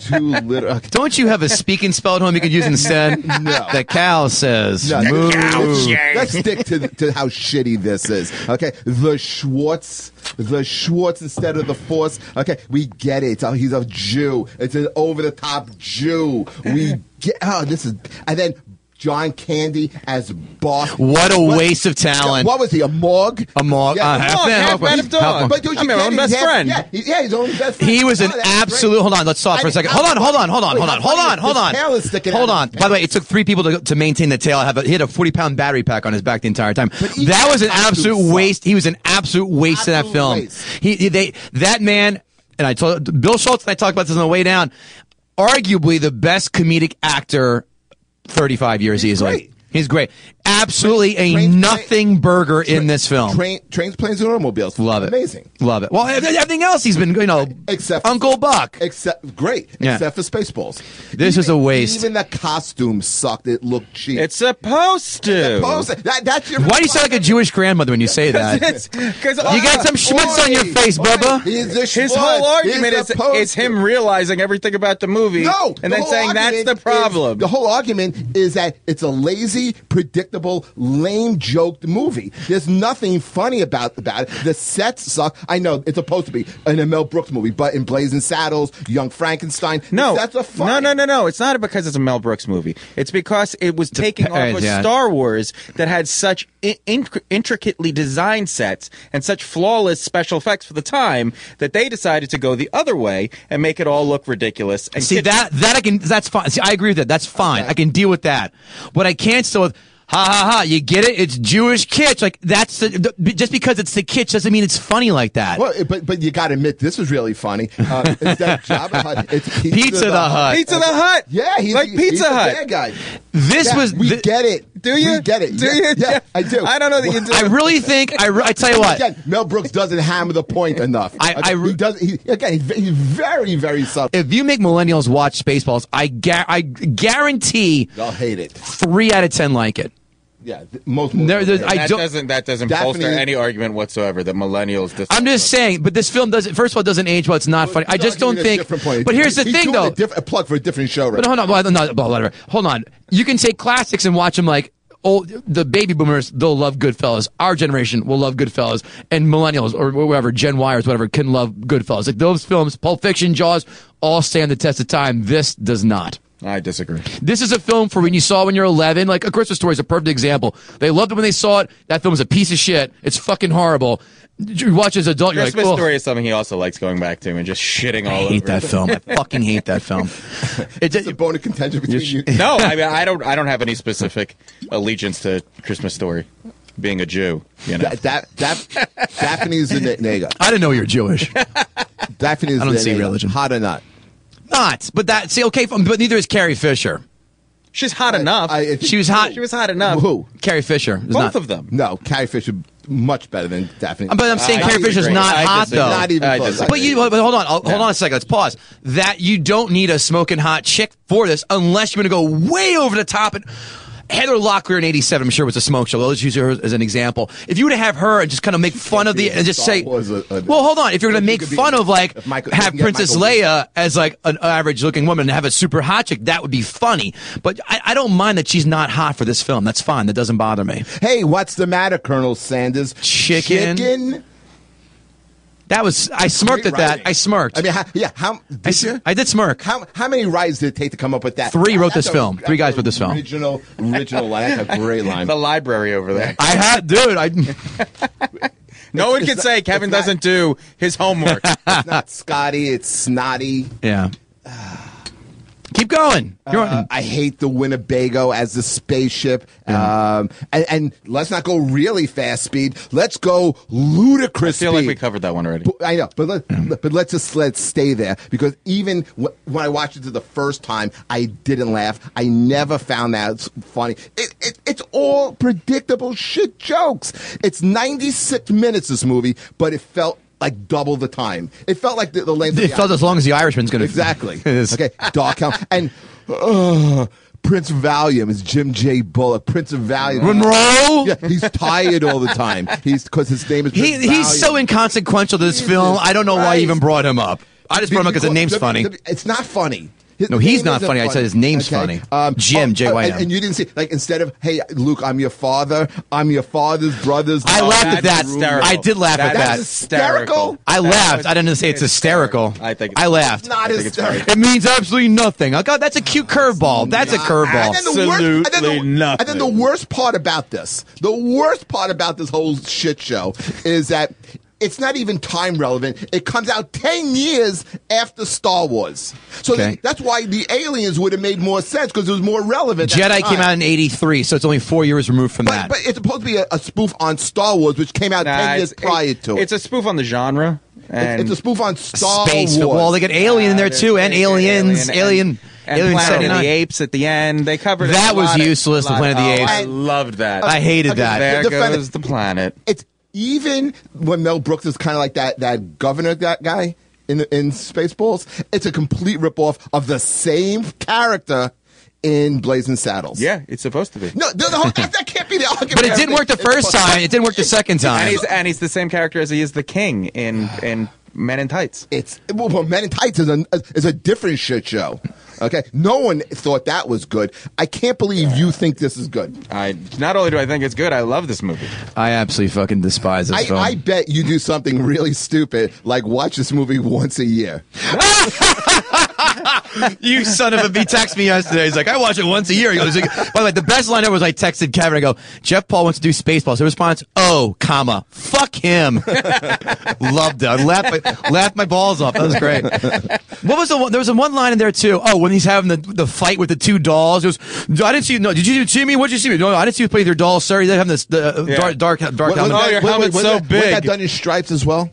S4: too little. Okay.
S5: Don't you have a speak and spell at home you could use instead?
S4: No.
S5: The cow says.
S4: No,
S5: "Moo."
S4: let's, let's stick to to how shitty this is. Okay, the Schwartz, the Schwartz instead of the Force. Okay, we get it. Oh, he's a Jew. It's an over the top Jew. We get. Oh, this is and then. John Candy as boss.
S5: What a waste of talent.
S4: What was he? A morgue?
S5: A morgue, uh, half
S3: Dog,
S5: man,
S3: half
S5: half
S3: man
S5: man,
S3: of dog.
S5: half man.
S4: But don't you
S3: I'm your
S4: get
S3: own
S4: it?
S3: best
S4: He's half-
S3: friend.
S4: Yeah, he- yeah, his own best friend.
S5: He was an
S4: Oh, that's great.
S5: absolute. Hold on, let's stop for a
S4: I-
S5: second.
S4: I-
S5: Hold on, hold on, hold on,
S4: Wait,
S5: hold on,
S4: how
S5: hold
S4: funny
S5: on,
S4: is
S5: hold
S4: his
S5: on.
S4: tail is sticking
S5: Hold
S4: out
S5: on.
S4: of his
S5: By the way, it took three people to, to maintain the tail. I have a, he had a forty-pound battery pack on his back the entire time.
S4: he-
S5: That was an absolute
S4: absolute
S5: waste. He was an absolute waste in that
S4: Absolute
S5: film.
S4: waste.
S5: He, he- they that man, and I told Bill Schultz. And I talked about this on the way down. Arguably the best comedic actor, thirty-five years easily.
S4: great.
S5: He's great. Absolutely a
S4: Train- train-
S5: nothing burger in this film.
S4: Train, trains, planes, and automobiles.
S5: Love it.
S4: Amazing.
S5: Love it. Well, ev- everything else he's been, you know,
S4: Except-
S5: Uncle Buck.
S4: Except great,
S5: Yeah.
S4: except for Spaceballs.
S5: This
S4: even,
S5: is a waste.
S4: Even the costume sucked. It looked cheap.
S3: It's supposed to.
S4: Suppose- that, that's your.
S5: Why do you sound like a Jewish grandmother when you say that?
S3: Because
S5: You got some schmutz on your face, Bubba.
S4: Ah, He's the
S3: His
S4: schmuck.
S3: whole argument
S4: He's
S3: is
S4: supposed
S3: it's him
S4: to.
S3: realizing everything about the movie,
S4: No,
S3: and
S4: the
S3: then
S4: whole
S3: saying that's
S4: argument
S3: the
S4: is-
S3: problem.
S4: the whole argument is that it's a lazy, predictable, lame, joked movie. There's nothing funny about about it. The sets suck. I know it's supposed to be an Mel Brooks movie, but in Blazing Saddles, Young Frankenstein,
S3: no,
S4: that's a fun.
S3: no, no, no, no. It's not because it's a Mel Brooks movie. It's because it was taking off
S5: parody,
S3: of
S5: yeah.
S3: Star Wars that had such in- in- intricately designed sets and such flawless special effects for the time that they decided to go the other way and make it all look ridiculous. And
S5: See
S3: kitschy.
S5: that that I can that's fine. See, I agree with that. That's fine. I can deal with that. What I can't still with ha ha ha. You get it? It's Jewish kitsch. Like that's the, the- just because it's the kitsch doesn't mean it's funny like that.
S4: Well, but but you got to admit this is really funny. Uh, instead of Jabba the Hutt, it's Pizza,
S5: Pizza the Hutt.
S3: Pizza the Hut.
S4: Yeah, he's
S3: like
S4: he's
S3: Pizza
S4: the
S3: Hut.
S4: bad guy.
S5: This
S4: Yeah,
S5: was
S4: we
S5: thi-
S4: get it.
S3: Do you
S4: We get it?
S3: Do
S4: yeah,
S3: you?
S4: Yeah, I do.
S3: I don't know that you do.
S5: I really think I, re- I tell you what.
S4: Again, Mel Brooks doesn't hammer the point enough.
S5: I- I re-
S4: he does. He, again, he's ve- he's very, very subtle.
S5: If you make millennials watch Spaceballs, I gar- I guarantee
S4: They'll hate it.
S5: three out of ten like it.
S4: Yeah, th- most.
S5: There- there's-
S4: most-
S5: I
S3: that
S5: don't-
S3: doesn't that doesn't
S4: Daphne-
S3: bolster any argument whatsoever that millennials. Dislike
S5: I'm just saying, but this film doesn't. First of all, it doesn't age well. It's not funny. I just
S4: No,
S5: don't
S4: he's at a
S5: think.
S4: different point.
S5: But here's the
S4: He's
S5: thing,
S4: doing
S5: though.
S4: a, diff- a plug for a different show. Right?
S5: But hold on, well, no, well, whatever. Hold on. You can take classics and watch them like old. The baby boomers, they'll love Goodfellas. Our generation will love Goodfellas, and millennials or whoever, Gen Yers, whatever, can love Goodfellas. Like those films, Pulp Fiction, Jaws, all stand the test of time. This does not.
S3: I disagree.
S5: This is a film for when you saw it when you're 11. Like A Christmas Story is a perfect example. They loved it when they saw it. That film is a piece of shit. It's fucking horrible. You watch it as an adult, you're
S3: Christmas
S5: like, "Ugh."
S3: Story is something he also likes going back to and just shitting all
S5: I
S3: over.
S5: hate that
S3: it.
S5: film. I fucking hate that film. It
S4: It's a
S5: just,
S4: bone of contention between you.
S3: No, I mean I don't. I don't have any specific allegiance to Christmas Story. being a Jew. You know,
S4: That, that, that Daphne's the nigga.
S5: I didn't know you were Jewish.
S4: Daphne's
S5: I don't
S4: the
S5: see
S4: nigga.
S5: religion.
S4: Hot or not.
S5: Not, but that see okay. But neither is Carrie Fisher.
S3: she's hot enough.
S4: I- I-
S5: She was hot.
S3: She was hot enough.
S4: Who?
S5: Carrie Fisher. Is
S3: Both
S5: not,
S3: of them.
S4: No, Carrie Fisher much better than Daphne.
S5: But I'm saying
S3: I
S5: Carrie Fisher's
S3: disagree.
S5: not
S3: I
S5: hot
S3: disagree.
S5: though.
S4: Not even
S3: I
S4: close.
S3: disagree.
S5: But you but but hold on, I'll- hold
S3: No.
S5: on a second. Let's pause. That you don't need a smoking hot chick for this unless you're going to go way over the top. And Heather Locklear in '87, I'm sure, was a smoke show. Let's use her as an example. If you were to have her and just kind of make fun of
S4: be
S5: the
S4: a
S5: and just
S4: Star
S5: say,
S4: Wars, uh, uh,
S5: well, hold on. If you're going
S4: you
S5: to make
S4: could be-
S5: fun of like
S4: if Michael-
S5: have
S4: you can get
S5: Princess
S4: Michael-
S5: Leia as like an average-looking woman and have a super hot chick, that would be funny. But I, I don't mind that she's not hot for this film. That's fine. That doesn't bother me.
S4: hey, what's the matter, Colonel Sanders?
S5: Chicken.
S4: Chicken?
S5: That was I smirked
S4: Great
S5: at that.
S4: writing.
S5: I smirked.
S4: I mean, how, yeah. How
S5: I,
S4: did
S5: s-
S4: you?
S5: I did smirk.
S4: How, how many rides did it take to come up with that?
S5: Three wrote
S4: That's
S5: this
S4: a-
S5: film. Three
S4: that's
S5: guys
S4: a
S5: wrote this film.
S4: Original, original line. That's a great line.
S3: the library over there.
S5: I had, dude. I
S3: no one can say Kevin
S4: not-
S3: doesn't do his homework.
S4: It's not Scotty. It's Snotty.
S5: yeah. Keep going. You're on-
S4: Uh, I hate the Winnebago as the spaceship. Um, and, and let's not go really fast speed. Let's go ludicrous
S3: I feel
S4: speed.
S3: like we covered that one already.
S4: But- I know, but let, but let's just let's stay there because even wh- when I watched it the first time, I didn't laugh. I never found that s- funny. It, it, it's all predictable shit jokes. It's 96 minutes this movie, but it felt like double the time. It felt like the, the length. of
S5: it
S4: the
S5: felt as long as the Irishman's going to
S4: Exactly.
S5: it is.
S4: Okay, Dark Helm. And uh, Prince Valium is Jim J. Bullock. Prince of Valium.
S5: Monroe.
S4: Yeah, he's tired all the time. He's because his name is.
S5: He,
S4: Prince
S5: he's so
S4: Valium.
S5: inconsequential to this
S4: Jesus
S5: film. I don't know why I even
S4: Christ.
S5: brought him up. I just brought him up because the name's
S4: W-
S5: funny.
S4: W- It's not funny. His
S5: No, he's
S4: name
S5: not
S4: isn't Um,
S5: funny. I said his name's funny. Jim, J. Y. M.
S4: oh, And, and you didn't see like instead of hey Luke, I'm your father. I'm your father's brother's.
S5: I
S4: dog."
S5: laughed at that.
S3: That's hysterical.
S5: I did laugh at
S3: That's
S5: that.
S3: hysterical.
S5: I
S3: That
S5: laughed.
S3: was-
S5: I didn't say it's hysterical.
S3: I think it's-
S5: I laughed.
S4: It's not
S3: think it's funny.
S4: hysterical.
S5: It means absolutely nothing. Oh God, that's a cute curveball. That's a curveball.
S4: And then the worst, and then the,
S3: Absolutely nothing.
S4: And then the worst part about this, the worst part about this whole shit show is that it's not even time relevant. It comes out 10 years after Star Wars. So
S5: Okay.
S4: th- that's why the aliens would have made more sense because it was more relevant. at
S5: Jedi
S4: the
S5: came
S4: time.
S5: out in '83, so it's only four years removed from
S4: But,
S5: that.
S4: but it's supposed to be a, a spoof on Star Wars, which came out
S3: Nah,
S4: 10 years
S3: it's-
S4: prior to it.
S3: It's a spoof on the genre. And
S4: It's- it's a spoof on Star
S5: Space
S4: Wars.
S5: Well, they got Alien in there too, and Aliens, Alien,
S3: and
S5: Alien
S3: Planet of
S5: 79.
S3: the Apes at the end. They covered
S5: That
S3: a
S5: was
S3: lot of-
S5: useless, the
S3: lot-
S5: Planet of the
S3: oh,
S5: Apes.
S3: I loved that.
S5: I hated that.
S3: There
S4: The defend-
S3: goes the planet.
S4: it's even when Mel Brooks is kind of like that that governor that guy in in Spaceballs. It's a complete ripoff of the same character in Blazing Saddles.
S3: Yeah, it's supposed to be.
S4: No, the, the whole, that, that can't be the argument.
S5: But it didn't work the
S4: It's
S5: first
S4: fucking-
S5: time. It didn't work the second
S3: And
S5: time.
S3: he's and he's the same character as he is the king in in Men in Tights.
S4: It's well, well, Men in Tights is a is a different shit show. Okay, no one thought that was good. I can't believe you think this is good.
S3: I not only do I think it's good, I love this movie.
S5: I absolutely fucking despise this
S4: I,
S5: film.
S4: I bet you do something really stupid, like watch this movie once a year.
S5: you son of a b! Text me yesterday. He's like, I watch it once a year. He goes, like, by the way, the best line ever was I texted Kevin. I go, Jeff Paul wants to do Spaceballs. The response, oh, comma, fuck him. Loved it. I laughed my, laughed my balls off. That was great. What was the one? There was a one line in there too. Oh, when he's having the, the fight with the two dolls. He goes, I didn't see you. No, did you see me? What did you see me? No, I didn't see you play with your dolls. Sorry, they're having this the, uh,
S3: Yeah.
S5: dark dark dark.
S4: What-
S5: helmet.
S4: wasn't
S3: Oh, your
S4: wa- wa-
S3: helmet's
S4: wasn't
S3: so
S4: that- wasn't that
S3: big.
S4: done in stripes as well?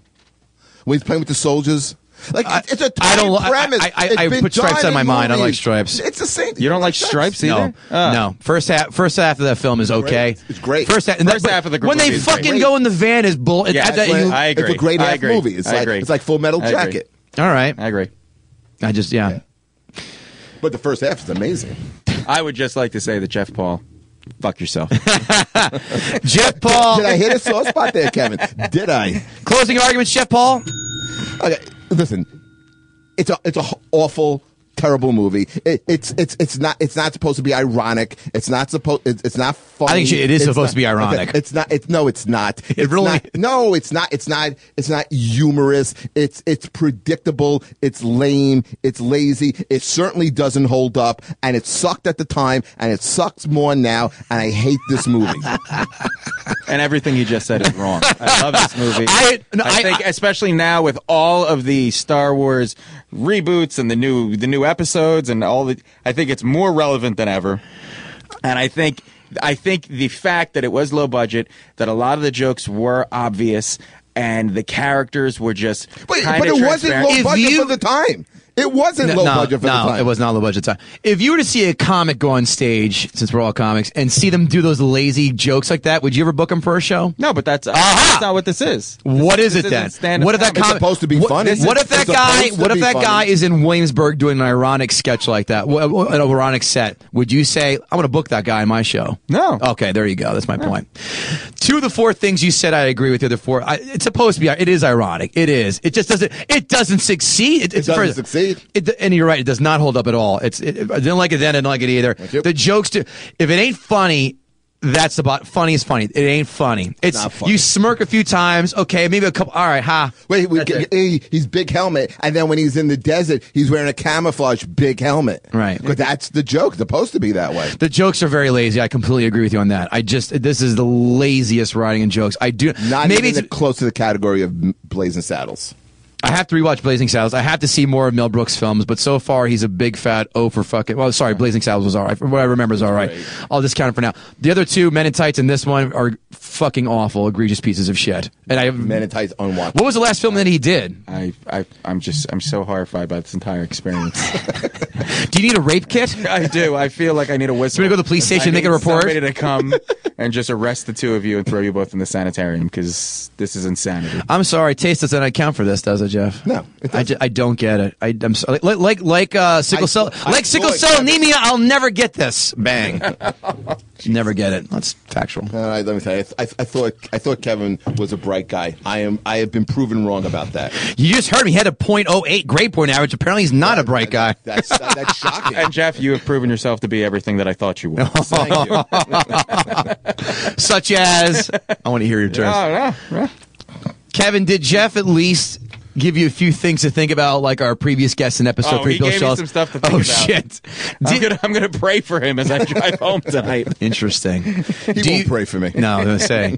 S4: When he's playing with the soldiers, like it's- it's a
S5: I don't
S4: tiny
S5: li- I-
S4: premise.
S5: I- I-
S4: It's
S5: I
S4: been
S5: put stripes
S4: done
S5: on my
S4: in
S5: mind. I like
S4: movies.
S5: stripes.
S4: It's the same.
S3: You don't like stripes either? Ah,
S5: No, no. First half, first half of that film is okay.
S4: It's great.
S5: First half, and
S3: First
S5: that-
S3: half of the
S5: when they
S3: movie is great.
S5: fucking go in the van is bull.
S3: Yeah,
S5: I- I-
S3: that's
S5: you-
S3: what I agree.
S4: It's a great
S3: I
S4: ass
S3: agree.
S4: movie. It's
S3: I
S4: like
S3: agree.
S4: it's like Full Metal
S3: I agree.
S4: Jacket.
S5: all right,
S3: I agree.
S5: I just yeah.
S4: But the first half is amazing.
S3: I would just like to say that Jeff Paul, fuck yourself.
S5: Jeff Paul
S4: Did I hit a sore spot there, Kevin? Did I?
S5: closing arguments. Jeff Paul.
S4: Okay, listen. It's a it's a h- awful, terrible movie. It, it's it's it's not it's not supposed to be ironic. It's not supposed. It's, it's not funny.
S5: I think it is
S4: It's
S5: supposed to be
S4: not-
S5: ironic.
S4: It's not. It's no. It's not. It it's
S5: really-
S4: Not, no. It's not. It's not. It's not humorous. It's it's predictable. It's lame. It's lazy. It certainly doesn't hold up, and it sucked at the time, and it sucks more now. And I hate this movie.
S3: and everything you just said is wrong. I love this movie.
S5: I- no, I-
S3: think,
S5: I-
S3: especially now with all of the Star Wars reboots and the new the new episodes and all the, I think it's more relevant than ever. And I think I think the fact that it was low budget, that a lot of the jokes were obvious, and the characters were just
S4: Wait,
S3: kinda
S4: but it wasn't
S3: transparent.
S4: low
S5: If
S4: budget
S5: you-
S4: for the time. It wasn't
S5: No,
S4: low
S5: no,
S4: budget for
S5: no,
S4: the time.
S5: it was not low budget time. If you were to see a comic go on stage, since we're all comics, and see them do those lazy jokes like that, would you ever book them for a show?
S3: No, but that's that's not what this is.
S5: What is
S3: this
S5: it
S3: isn't
S5: then?
S3: stand-up
S5: What if that
S3: comedy. It's
S5: comic-
S4: supposed to be
S5: what-
S4: funny.
S5: What,
S4: It's
S5: if that guy?
S4: supposed to
S5: What if
S4: be
S5: that
S4: funny.
S5: guy is in Williamsburg doing an ironic sketch like that? wh- wh- An ironic set? Would you say I'm going to book that guy in my show?
S3: No.
S5: Okay, there you go. That's my point. Two of the four things you said, I agree with the other four. I, it's supposed to be. It is ironic. It is. It just doesn't. It doesn't succeed. It, it's
S4: doesn't
S5: first-
S4: succeed.
S5: It, and you're right. It does not hold up at all. It's. It, I didn't like it then. I didn't like it either.
S4: Yep.
S5: The jokes. Do, if it ain't funny. That's about funny is funny. It ain't funny. It's,
S4: not funny.
S5: you smirk a few times. Okay, maybe a couple. All right, ha.
S4: Wait, we,
S5: That's it.
S4: he, he's big helmet, and then when he's in the desert, he's wearing a camouflage big helmet.
S5: Right.
S4: But that's the joke. It's supposed to be that way.
S5: The jokes are very lazy. I completely agree with you on that. I just this is the laziest writing and jokes. I do
S4: Not
S5: maybe
S4: even
S5: it's,
S4: the, close to the category of m- Blazing Saddles.
S5: I have to rewatch Blazing Saddles. I have to see more of Mel Brooks films, but so far he's a big fat O for fucking. Well, sorry, Blazing Saddles was all right. From what I remember is all right. I'll discount it for now. The other two, Men in Tights and this one, are fucking awful, egregious pieces of shit. And I
S4: Men in Tights unwatchable.
S5: what was the last film that he did?
S3: I, I I'm just I'm so horrified by this entire experience.
S5: Do you need a rape kit?
S3: I do. I feel like I need a whistle.
S5: You wanna go to the police station
S3: I
S5: and make a
S3: need
S5: report?
S3: Somebody to come and just arrest the two of you and throw you both in the sanitarium because this is insanity.
S5: I'm sorry, taste doesn't account for this, does it, Jeff?
S4: No, it
S5: I, ju- I don't get it. I, I'm sorry. Like like like uh, sickle cell,
S4: I
S5: like sickle
S4: fully
S5: cell
S4: accept it.
S5: anemia. I'll never get this. Bang. never get it. That's factual.
S4: All right, let me tell you. I, I thought I thought Kevin was a bright guy. I am. I have been proven wrong about that.
S5: You just heard me. He had a .08 grade point average. Apparently, he's not a bright guy.
S4: That's that's shocking.
S3: And Jeff, you have proven yourself to be everything that I thought you
S5: Oh,
S3: were.
S4: Thank you.
S5: Such as, I want to hear your terms.
S3: Oh, no.
S5: Kevin, did Jeff at least give you a few things to think about, like our previous guest in episode
S3: Oh,
S5: three,
S3: he
S5: Bill
S3: gave me
S5: Shultz?
S3: some stuff to think
S5: oh
S3: about.
S5: shit!
S3: I'm
S5: Did-
S3: gonna, I'm gonna pray for him as I drive home tonight.
S5: Interesting. He
S4: won't pray for me.
S5: No, I was gonna say.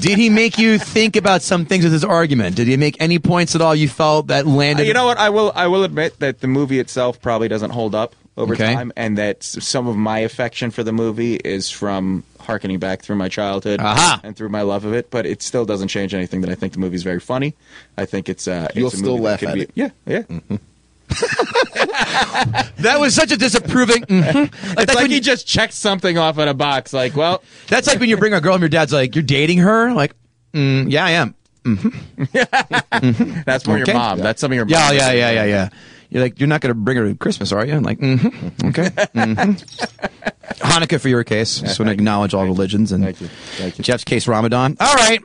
S5: did he make you think about some things with his argument? Did he make any points at all you felt that landed?
S3: Uh, You know what? I will. I will admit that the movie itself probably doesn't hold up over
S5: Okay.
S3: time, and that s- some of my affection for the movie is from harkening back through my childhood
S5: Aha.
S3: and through my love of it. But it still doesn't change anything that I think the movie's very funny. I think it's. Uh,
S4: You'll
S3: it's a
S4: still
S3: movie that
S4: laugh
S3: could
S4: at
S3: be-
S4: it.
S3: Yeah, yeah.
S5: Mm-hmm. That was such a disapproving. mhm. Like,
S3: It's
S5: that's,
S3: like
S5: when
S3: he
S5: you,
S3: just checked something off in a box. Like, well,
S5: that's like when you bring a girl and your dad's like, "You're dating her?" Like, mm, yeah, I am.
S3: that's from
S5: Okay.
S3: your mom. That's something your mom.
S5: Yeah,
S3: would
S5: yeah,
S3: say.
S5: yeah, yeah, yeah. You're like, you're not going to bring her to Christmas, are you? I'm like, mm-hmm. Okay. hmm Hanukkah for your case. Just want to acknowledge all religions and
S3: Thank you. Thank you.
S5: Jeff's case, Ramadan. All right.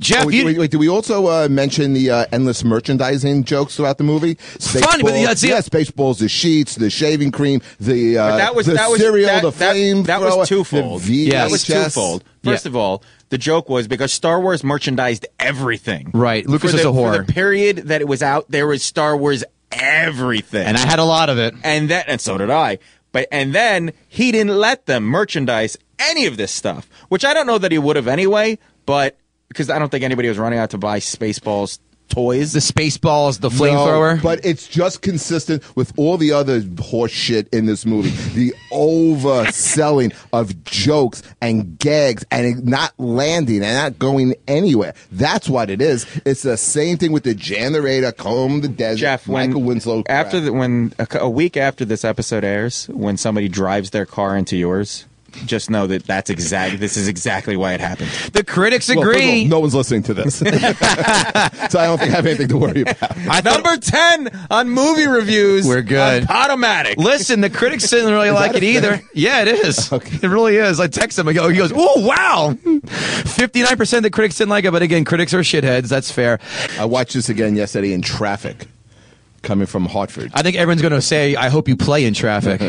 S5: Jeff,
S4: Oh, wait,
S5: you,
S4: wait, wait, did we also uh, mention the uh, endless merchandising jokes throughout the movie? Spaceballs,
S5: Funny, but that's it.
S4: yeah, Spaceballs, the sheets, the shaving cream, the uh,
S3: But that was
S4: the
S3: that was
S4: cereal,
S3: that,
S4: the
S3: that-
S4: flame
S3: That, was twofold.
S4: The VHS.
S5: Yeah.
S3: That was twofold. First
S5: Yeah.
S3: of all, the joke was because Star Wars merchandised everything.
S5: Right. Lucas
S3: for
S5: is
S3: the,
S5: a
S3: For
S5: whore.
S3: the period that it was out, there was Star Wars everything,
S5: and I had a lot of it.
S3: and that and so did I. But and then he didn't let them merchandise any of this stuff, which I don't know that he would have anyway. But because I don't think anybody was running out to buy Spaceballs toys.
S5: The space balls, the
S4: No,
S5: flamethrower.
S4: but it's just consistent with all the other horse shit in this movie. The overselling of jokes and gags and it not landing and not going anywhere. That's what it is. It's the same thing with the generator, comb the desert,
S3: Jeff, when
S4: Michael Winslow. crap.
S3: after the, when a, cou- a week after this episode airs, when somebody drives their car into yours, just know that that's exact. This is exactly why it happened.
S5: the critics
S4: Well, first of all,
S5: agree.
S4: no one's listening to this, so I don't think I have anything to worry about.
S5: I thought-
S3: Number ten on movie reviews.
S5: We're good.
S3: on Potomatic.
S5: Listen, the critics didn't really like it either. Yeah, it is. It really is. I text him. I go, he goes, oh, wow. 59% of the critics didn't like it. But again, critics are shitheads. That's fair.
S4: I watched this again yesterday in traffic, coming from Hartford.
S5: I think everyone's going to say, I hope you play in traffic.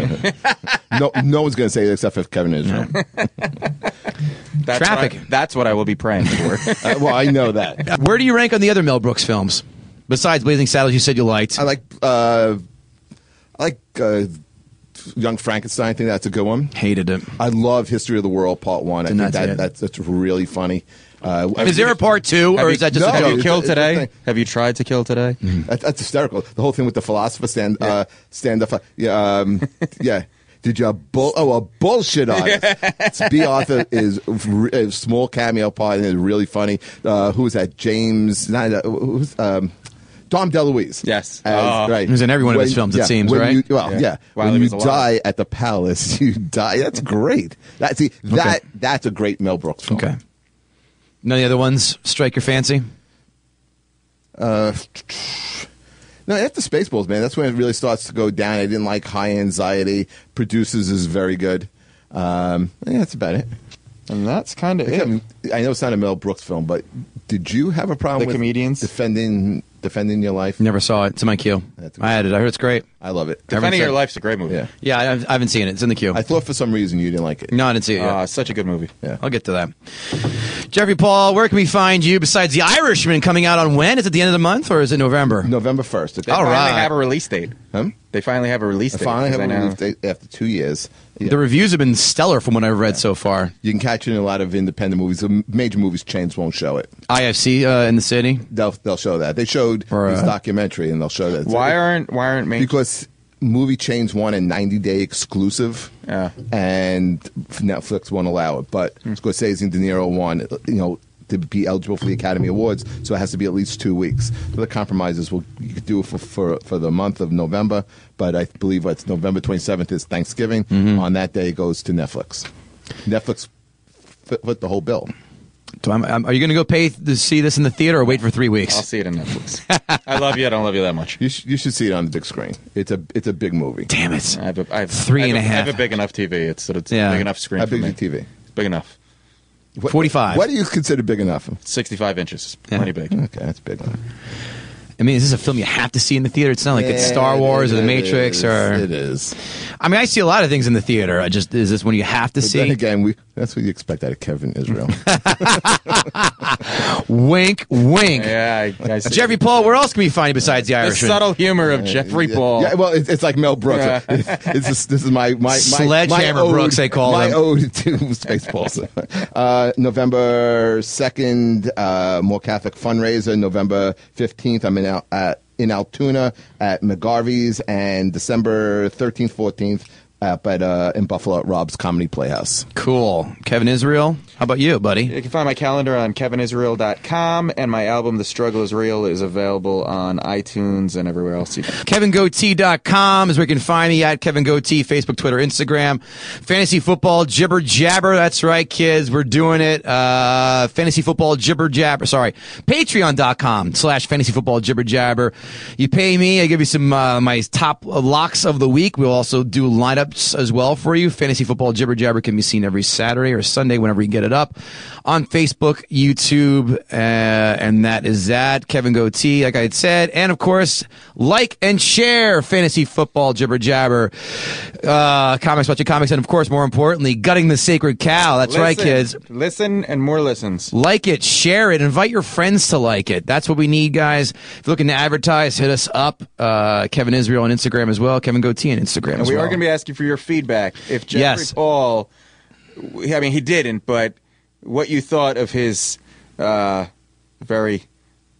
S4: No, no one's going to say it except for Kevin Israel. Uh,
S3: That's
S5: Traffic.
S3: What I, that's what I will be praying for.
S4: Uh, well, I know that.
S5: Where do you rank on the other Mel Brooks films? Besides Blazing Saddles, you said you liked.
S4: I like uh, I like uh, Young Frankenstein. I think that's a good one.
S5: Hated it.
S4: I love History of the World Part One. I
S5: Did
S4: think
S5: not see it.
S4: that, that's that's really funny. Uh,
S5: Is there a part two, or is that just
S4: no,
S5: a
S3: Have
S5: joke?
S3: you
S4: it's a-
S3: killed
S4: it's a
S3: today?
S4: thing.
S3: Have you tried to kill today?
S4: That, that's hysterical. The whole thing with the philosopher stand uh, stand up. Yeah, uh, um, yeah. Did you bull? Oh, a bullshit artist. It's B. Arthur is r- a small cameo part and it's really funny. Uh, who is that? James? Not, uh, who's um, Dom DeLuise?
S3: Yes.
S4: As-
S3: Oh.
S4: right.
S5: He was in every one of
S4: When-
S5: his films, it
S4: yeah,
S5: seems,
S4: when
S5: right?
S4: you- well, yeah.
S3: While
S4: when
S3: he was
S4: you
S3: alive.
S4: die at the palace, you die. That's great. That's see, that that's a great Mel Brooks film.
S5: Okay. None of the other ones strike your fancy?
S4: No, after Spaceballs, man, that's when it really starts to go down. I didn't like High Anxiety. Producers is very good. Um, yeah, that's about it.
S3: and that's kind of
S4: I,
S3: it.
S4: mean, I know it's not a Mel Brooks film, but did you have a problem
S3: The
S4: with
S3: comedians?
S4: defending defending your life?
S5: Never saw it. It's in my queue.
S4: That's
S5: I had it. I heard it's great.
S4: I love it.
S5: Everyone
S3: Defending
S5: said-
S3: Your Life's a great movie.
S4: Yeah.
S5: Yeah, I, I haven't seen it. It's in the queue.
S4: I thought for some reason you didn't like it.
S5: no, I didn't see it yet.
S3: Uh, such a good movie.
S4: Yeah.
S5: I'll get to that. Jeffrey Paul, where can we find you besides The Irishman coming out on when? Is it the end of the month or is it November?
S4: November first.
S3: They
S5: All
S3: finally
S5: right.
S3: have a release date.
S4: Huh?
S3: They finally have a release
S4: I
S3: date.
S4: finally
S3: 'cause
S4: have
S3: I
S4: a
S3: know-
S4: relief date after two years. Yeah.
S5: The reviews have been stellar from what I've read so far.
S4: You can catch it in a lot of independent movies. The major movies chains won't show it.
S5: IFC uh, in the city.
S4: They'll they'll show that. They showed
S5: Or,
S4: this
S5: uh,
S4: documentary and they'll show that.
S3: Why aren't Why aren't main?
S4: because movie chains want a 90 day exclusive
S3: Yeah. Hmm.
S4: and netflix won't allow it but scorsese and de niro want you know to be eligible for the academy awards so it has to be at least two weeks so the compromises will you could do it for, for, for the month of november but i believe it's november 27th is thanksgiving
S3: Mm-hmm.
S4: on that day it goes to netflix netflix fit, fit the whole bill
S5: Do I'm, I'm- are you going to go pay th- to see this in the theater or wait for three
S3: I'll
S5: weeks?
S3: see it on Netflix. I love you. I don't love you that much.
S4: you, sh- you should see it on the big screen it's a it's a big movie
S5: Damn it!
S3: I have a, I have,
S5: Three
S3: I have
S5: and a
S3: a- I
S5: half.
S3: have a big enough TV. It's it's
S5: Yeah.
S3: a big enough screen.
S4: how
S3: for
S4: big
S3: me.
S4: is the tv
S3: It's big enough.
S4: What-
S5: 45.
S4: what do you consider big enough
S3: Sixty-five inches. It's
S5: Yeah.
S3: Plenty big.
S4: okay that's big
S5: I mean, is this a film you have to see in the theater? It's not like it's
S4: Yeah,
S5: Star
S4: it
S5: Wars or The
S4: is,
S5: Matrix
S4: it
S5: or.
S4: is.
S5: I mean, I see a lot of things in the theater. I just is this one you have to
S4: But then
S5: see?
S4: again, we, that's what you expect out of Kevin Israel.
S5: Wink, wink.
S3: Yeah, I, I see.
S5: Jeffrey Paul, where else can we find you besides the
S3: The
S5: Irishman?
S3: subtle humor of Jeffrey Paul.
S4: Yeah, well, it's, it's like Mel Brooks.
S3: Yeah.
S4: It's, it's just, this is my my, my
S5: Sledgehammer
S4: my ode,
S5: Brooks, they call
S4: my
S5: him.
S4: ode to Spaceballs. uh, November second, uh, more Catholic fundraiser. November fifteenth, I'm in Al, at, in Altoona at McGarvey's, and December thirteenth, fourteenth. Up at uh, in Buffalo at Rob's Comedy Playhouse.
S5: Cool. Kevin Israel, how about you, buddy?
S3: You can find my calendar on kevinisrael.com, and my album, The Struggle is Real, is available on iTunes and everywhere else. You
S5: KevinGoatee.com is where you can find me at Kevin Goatee, Facebook, Twitter, Instagram. Fantasy football jibber jabber. That's right, kids. We're doing it. Uh, fantasy football jibber jabber. Sorry. Patreon.com slash fantasy football jibber jabber. You pay me. I give you some, uh, my top locks of the week. We'll also do lineups as well for you. Fantasy football jibber jabber can be seen every Saturday or Sunday whenever you get it up on Facebook, YouTube, uh, and that is that. Kevin Goatee, like I had said, and of course, like and share fantasy football jibber jabber, uh, comics, watch your comics, and of course, more importantly, gutting the sacred cow. That's right, kids.
S3: Listen and more listens.
S5: Like it, share it, invite your friends to like it. That's what we need, guys. If you're looking to advertise, hit us up. Uh, Kevin Israel on Instagram as well. Kevin Goatee on Instagram
S3: And
S5: as
S3: we
S5: well.
S3: are going to be asking for your feedback. If Jeffrey
S5: Yes.
S3: Paul, I mean, he didn't, but what you thought of his uh, very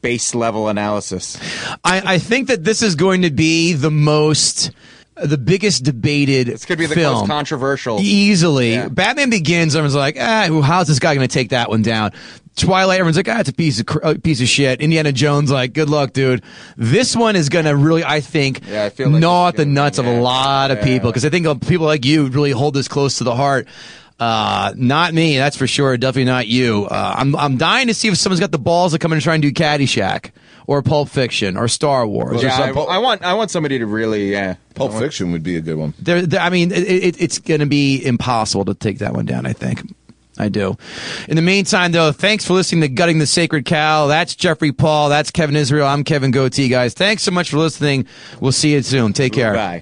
S3: base level analysis.
S5: I, I think that this is going to be the most, the biggest debated.
S3: It's going to be the
S5: film.
S3: most controversial.
S5: E-, Easily,
S3: Yeah.
S5: Batman Begins. Everyone's like, ah, who- how's this guy going to take that one down? Twilight. Everyone's like, ah, it's a piece of cr- uh, piece of shit. Indiana Jones. Like, good luck, dude. This one is going to really, I think,
S3: Yeah, I feel like
S5: gnaw
S3: it's
S5: at the
S3: gonna-
S5: nuts of
S3: yeah.
S5: a lot of people because I think uh, people like you really hold this close to the heart. Uh, not me, that's for sure. Definitely not you. Uh, I'm I'm dying to see if someone's got the balls to come in and try and do Caddyshack or Pulp Fiction or Star Wars.
S3: yeah,
S4: some
S3: I,
S4: Paul-
S3: I want I want somebody to really yeah.
S4: Pulp Fiction would be a good one.
S5: There, there- I mean, it, it, it's going to be impossible to take that one down. I think. I do. In the meantime, though, thanks for listening to Gutting the Sacred Cow. That's Jeffrey Paul. That's Kevin Israel. I'm Kevin Goatee, guys. Thanks so much for listening. We'll see you soon. Take care.
S3: Bye.